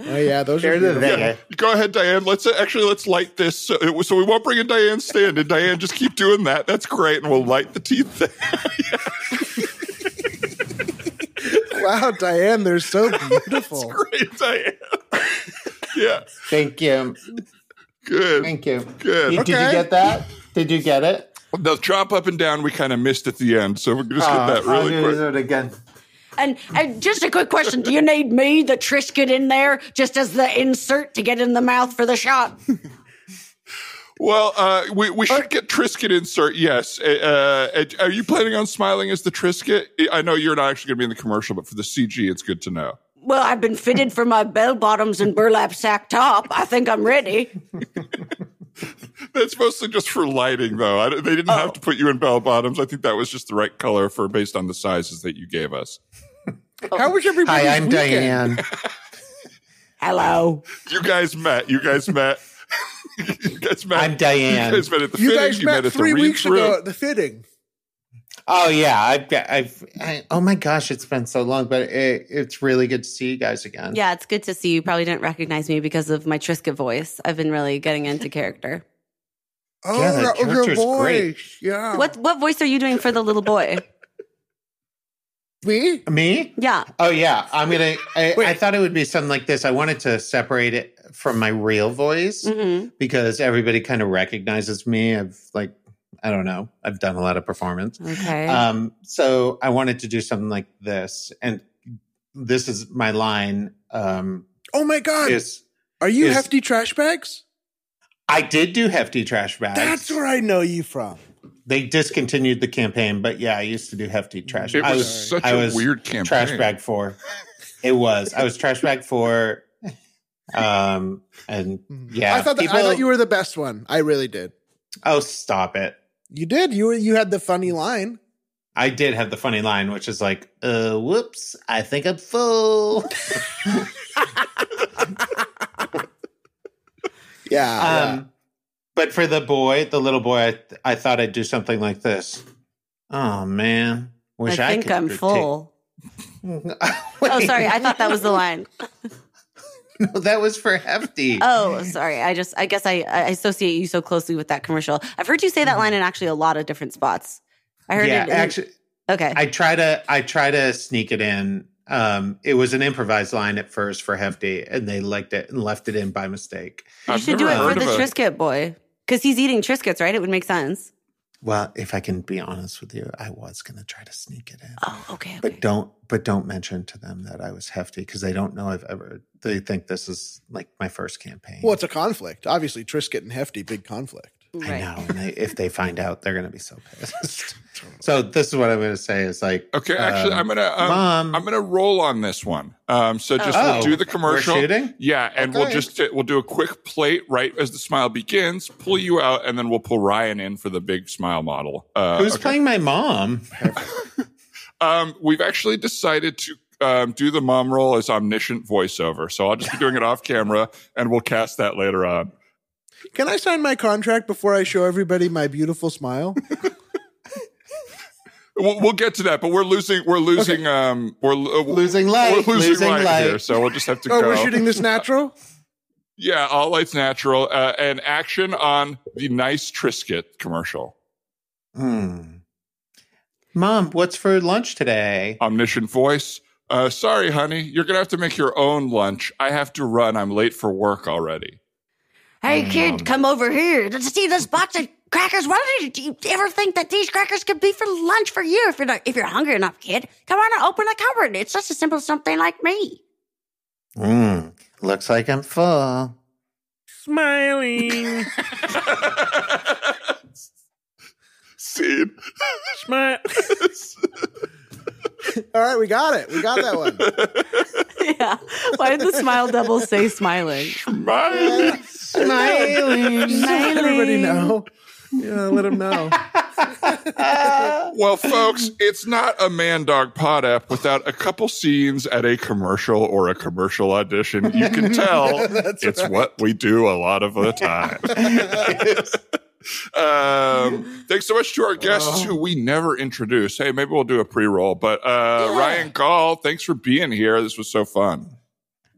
[SPEAKER 2] Oh yeah, those
[SPEAKER 3] They're
[SPEAKER 2] are
[SPEAKER 3] the
[SPEAKER 2] beautiful.
[SPEAKER 3] thing.
[SPEAKER 5] Go ahead, Diane. Let's uh, actually let's light this. So, it, so we won't bring in Diane's stand, and Diane just keep doing that. That's great, and we'll light the teeth. There.
[SPEAKER 2] Wow, Diane, they're so beautiful.
[SPEAKER 5] great, Diane. yeah,
[SPEAKER 3] Thank you.
[SPEAKER 5] good.
[SPEAKER 3] Thank you.
[SPEAKER 5] Good.
[SPEAKER 3] You- Did you
[SPEAKER 2] Okay.
[SPEAKER 3] get that? Did you get it?
[SPEAKER 5] The drop up and down we kind of missed at the end, so we're just
[SPEAKER 3] Uh,
[SPEAKER 5] gonna get that
[SPEAKER 3] I'll do
[SPEAKER 5] really quick.
[SPEAKER 3] it again.
[SPEAKER 6] And and just a quick question: Do you need me, the Trisket, in there just as the insert to get in the mouth for the shot?
[SPEAKER 5] Well, uh, we, we should get Trisket insert. Yes. Uh, uh, are you planning on smiling as the Trisket? I know you're not actually going to be in the commercial, but for the CG, it's good to know.
[SPEAKER 6] Well, I've been fitted for my bell bottoms and burlap sack top. I think I'm ready.
[SPEAKER 5] That's mostly just for lighting, though. I, don't- they didn't
[SPEAKER 3] Oh.
[SPEAKER 5] have to put you in bell bottoms. I think that was just the right color for based on the sizes that you gave us.
[SPEAKER 2] How was everybody?
[SPEAKER 3] Hi, I'm
[SPEAKER 2] weekend?
[SPEAKER 3] Diane.
[SPEAKER 6] Hello.
[SPEAKER 5] You guys met. You guys met. you guys met.
[SPEAKER 3] I'm Diane.
[SPEAKER 5] You guys met at the
[SPEAKER 2] You
[SPEAKER 5] fitting.
[SPEAKER 2] guys
[SPEAKER 5] you
[SPEAKER 2] met
[SPEAKER 5] at the
[SPEAKER 2] three
[SPEAKER 5] read
[SPEAKER 2] weeks
[SPEAKER 5] through.
[SPEAKER 2] ago at the fitting.
[SPEAKER 3] Oh yeah, I've got. I've. I, oh my gosh, it's been so long, but it, it's really good to see you guys again.
[SPEAKER 4] Yeah, it's good to see you. You Probably didn't recognize me because of my Triska voice. I've been really getting into character.
[SPEAKER 2] Oh,
[SPEAKER 3] Yeah, that
[SPEAKER 2] that was your
[SPEAKER 3] character's great.
[SPEAKER 2] voice. Yeah.
[SPEAKER 4] What what voice are you doing for the little boy?
[SPEAKER 2] Me?
[SPEAKER 3] Me?
[SPEAKER 4] Yeah.
[SPEAKER 3] Oh yeah, I'm gonna. I, I
[SPEAKER 2] Wait.
[SPEAKER 3] thought it would be something like this. I wanted to separate it from my real voice
[SPEAKER 5] Mm.
[SPEAKER 4] hmm
[SPEAKER 3] because everybody kind of recognizes me. I've like, I don't know. I've done a lot of performance.
[SPEAKER 4] Okay.
[SPEAKER 3] Um, so I wanted to do something like this, and this is my line. Um,
[SPEAKER 2] Oh my God.
[SPEAKER 3] is
[SPEAKER 2] Are you
[SPEAKER 3] is-
[SPEAKER 2] hefty trash bags?
[SPEAKER 3] I did do hefty trash bags.
[SPEAKER 2] That's where I know you from.
[SPEAKER 3] They discontinued the campaign, but yeah, I used to do hefty trash.
[SPEAKER 5] It
[SPEAKER 3] I
[SPEAKER 5] was,
[SPEAKER 3] was
[SPEAKER 5] such
[SPEAKER 3] I
[SPEAKER 5] a
[SPEAKER 3] was
[SPEAKER 5] weird campaign.
[SPEAKER 3] trash bag four. It was. I was trash bag four. Um and yeah,
[SPEAKER 2] Mm-hmm. I thought that, I
[SPEAKER 3] people-
[SPEAKER 2] thought you were the best one. I really did.
[SPEAKER 3] Oh, stop it!
[SPEAKER 2] You did. You were. You had the funny line.
[SPEAKER 3] I did have the funny line, which is like, "Uh, whoops! I think I'm full."
[SPEAKER 2] Yeah. yeah.
[SPEAKER 3] Um, but for the boy, the little boy, I, I thought I'd do something like this. Oh man,
[SPEAKER 4] I
[SPEAKER 3] wish I,
[SPEAKER 4] think
[SPEAKER 3] could
[SPEAKER 4] I am
[SPEAKER 3] take-
[SPEAKER 4] full. Oh, sorry. I thought that was the line.
[SPEAKER 3] no, that was for hefty.
[SPEAKER 4] Oh, sorry. I just I guess I, I associate you so closely with that commercial. I've heard you say that line in actually a lot of different spots. I heard
[SPEAKER 3] yeah,
[SPEAKER 4] it. in-
[SPEAKER 3] actually,
[SPEAKER 4] okay.
[SPEAKER 3] I try to I try to sneak it in. Um, it was an improvised line at first for Hefty, and they liked it and left it in by mistake.
[SPEAKER 4] you
[SPEAKER 5] I've
[SPEAKER 4] should do
[SPEAKER 5] never
[SPEAKER 4] it for
[SPEAKER 5] heard
[SPEAKER 4] the
[SPEAKER 5] of a-
[SPEAKER 4] Trisket boy because he's eating Triscuits, right? It would make sense.
[SPEAKER 3] Well, if I can be honest with you, I was gonna try to sneak it in,
[SPEAKER 4] Oh, okay. okay.
[SPEAKER 3] but don't but don't mention to them that I was Hefty because they don't know I've ever. They think this is like my first campaign.
[SPEAKER 2] well, it's a conflict. Obviously, Trisket and Hefty, big conflict.
[SPEAKER 3] I
[SPEAKER 4] Right.
[SPEAKER 3] know, and they, if they find out, they're gonna be so pissed. so this is what I'm gonna say is like,
[SPEAKER 5] Okay, actually,
[SPEAKER 3] um,
[SPEAKER 5] I'm gonna um,
[SPEAKER 3] Mom.
[SPEAKER 5] I'm gonna roll on this one. Um, so just
[SPEAKER 3] Oh.
[SPEAKER 5] we'll do
[SPEAKER 3] We're
[SPEAKER 5] the commercial.
[SPEAKER 3] shooting?
[SPEAKER 5] Yeah, and we'll
[SPEAKER 3] Okay.
[SPEAKER 5] just uh, we'll do a quick plate right as the smile begins. Pull you out, and then we'll pull Ryan in for the big smile model. Uh,
[SPEAKER 3] who's
[SPEAKER 5] okay.
[SPEAKER 3] playing my mom?
[SPEAKER 5] Um, we've actually decided to um, do the mom role as omniscient voiceover. So I'll just be doing it off camera, and we'll cast that later on.
[SPEAKER 2] Can I sign my contract before I show everybody my beautiful smile?
[SPEAKER 5] We'll, we'll get to that, but we're losing. We're losing. Um, we're lo-
[SPEAKER 3] Losing
[SPEAKER 5] We're
[SPEAKER 3] light,
[SPEAKER 5] losing,
[SPEAKER 3] losing
[SPEAKER 5] light,
[SPEAKER 3] light.
[SPEAKER 5] here, so we'll just have to
[SPEAKER 2] oh,
[SPEAKER 5] go.
[SPEAKER 2] we're shooting this natural.
[SPEAKER 5] Yeah, all lights natural uh, and action on the nice Trisket commercial.
[SPEAKER 3] Hmm. Mom, what's for lunch today?
[SPEAKER 5] Omniscient voice. Uh, sorry, honey, you're gonna have to make your own lunch. I have to run. I'm late for work already.
[SPEAKER 6] Hey, kid, come over here. Let's see this box of crackers. Why did you ever think that these crackers could be for lunch for you if you're not, if you're hungry enough, kid? Come on and open the cupboard. It's just a simple something like me.
[SPEAKER 3] Mm, looks like I'm full.
[SPEAKER 7] Smiling.
[SPEAKER 5] Scene.
[SPEAKER 7] Smile.
[SPEAKER 2] All right, we got it. We got that one.
[SPEAKER 4] yeah. Why did the smile double say smiling?
[SPEAKER 5] Mine.
[SPEAKER 3] Smiling.
[SPEAKER 2] Let everybody know. Yeah, let them know.
[SPEAKER 5] Well, folks, it's not a man dog pod app without a couple scenes at a commercial or a commercial audition. You can tell it's what we do a lot of the time. um, thanks so much to our guests who we never introduce. Hey, maybe we'll do a pre roll, but uh, Ryan Gall, thanks for being here. This was so fun.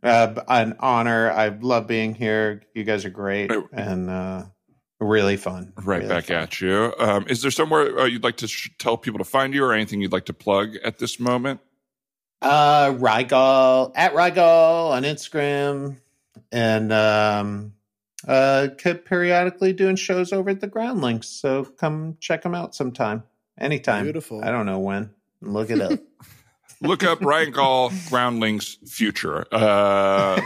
[SPEAKER 3] Uh, an honor. I love being here. You guys are great
[SPEAKER 5] Oh.
[SPEAKER 3] and uh, really fun.
[SPEAKER 5] Right
[SPEAKER 3] Really
[SPEAKER 5] back
[SPEAKER 3] fun.
[SPEAKER 5] at you. Um, is there somewhere uh, you'd like to sh- tell people to find you or anything you'd like to plug at this moment?
[SPEAKER 3] Uh, Rygal at Rygal on Instagram, and um, uh, kept periodically doing shows over at the Ground Links. So come check them out sometime, anytime.
[SPEAKER 2] Beautiful.
[SPEAKER 3] I don't know when. Look it up.
[SPEAKER 5] Look up Ryan Gall Groundling's future. Uh,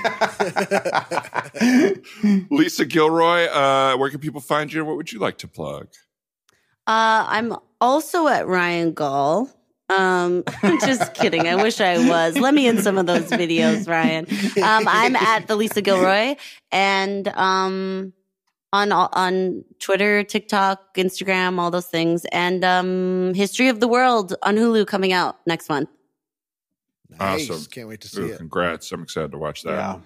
[SPEAKER 5] Lisa Gilroy, uh, where can people find you? What would you like to plug?
[SPEAKER 4] Uh, I'm also at Ryan Gall. Um, I'm just kidding. I wish I was. Let me in some of those videos, Ryan. Um, I'm at the Lisa Gilroy and um, on all- on Twitter, TikTok, Instagram, all those things, and um, History of the World on Hulu coming out next month.
[SPEAKER 2] Nice.
[SPEAKER 5] Awesome.
[SPEAKER 2] Can't wait to see
[SPEAKER 5] Ooh,
[SPEAKER 2] it.
[SPEAKER 5] congrats. I'm excited to watch that.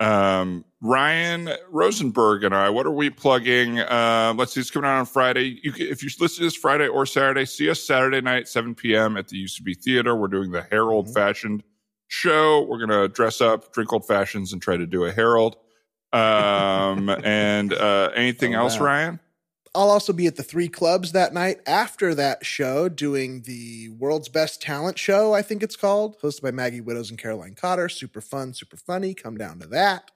[SPEAKER 3] Yeah.
[SPEAKER 5] Um, Ryan Rosenberg and I, what are we plugging? Um, let's see, it's coming out on Friday. You can, if you listen to this Friday or Saturday, see us Saturday night, 7 p.m. at the UCB Theater. We're doing the Herald Fashioned show. We're going to dress up, drink old fashions, and try to do a Herald. Um, and uh, anything
[SPEAKER 3] Oh,
[SPEAKER 5] else,
[SPEAKER 3] wow.
[SPEAKER 5] Ryan?
[SPEAKER 2] I'll also be at the three clubs that night after that show doing the world's best talent show, I think it's called, hosted by Maggie Widows and Caroline Cotter. Super fun, super funny. Come down to that.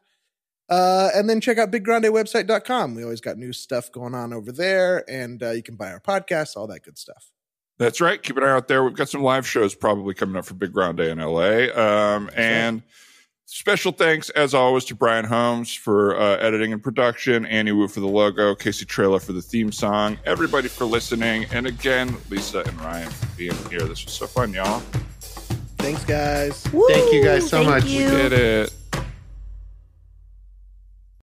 [SPEAKER 2] Uh, and then check out biggrandewebsite.com. We always got new stuff going on over there, and uh, you can buy our podcasts, all that good stuff.
[SPEAKER 5] That's right. Keep an eye out there. We've got some live shows probably coming up for Big Ground Day in LA. Um, and special thanks, as always, to Brian Holmes for uh, editing and production, Annie Wu for the logo, Casey Trailer for the theme song, everybody for listening. And again, Lisa and Ryan for being here. This was so fun, y'all.
[SPEAKER 2] Thanks, guys.
[SPEAKER 3] Thank you guys so
[SPEAKER 4] Thank
[SPEAKER 3] much.
[SPEAKER 4] you.
[SPEAKER 5] Did it.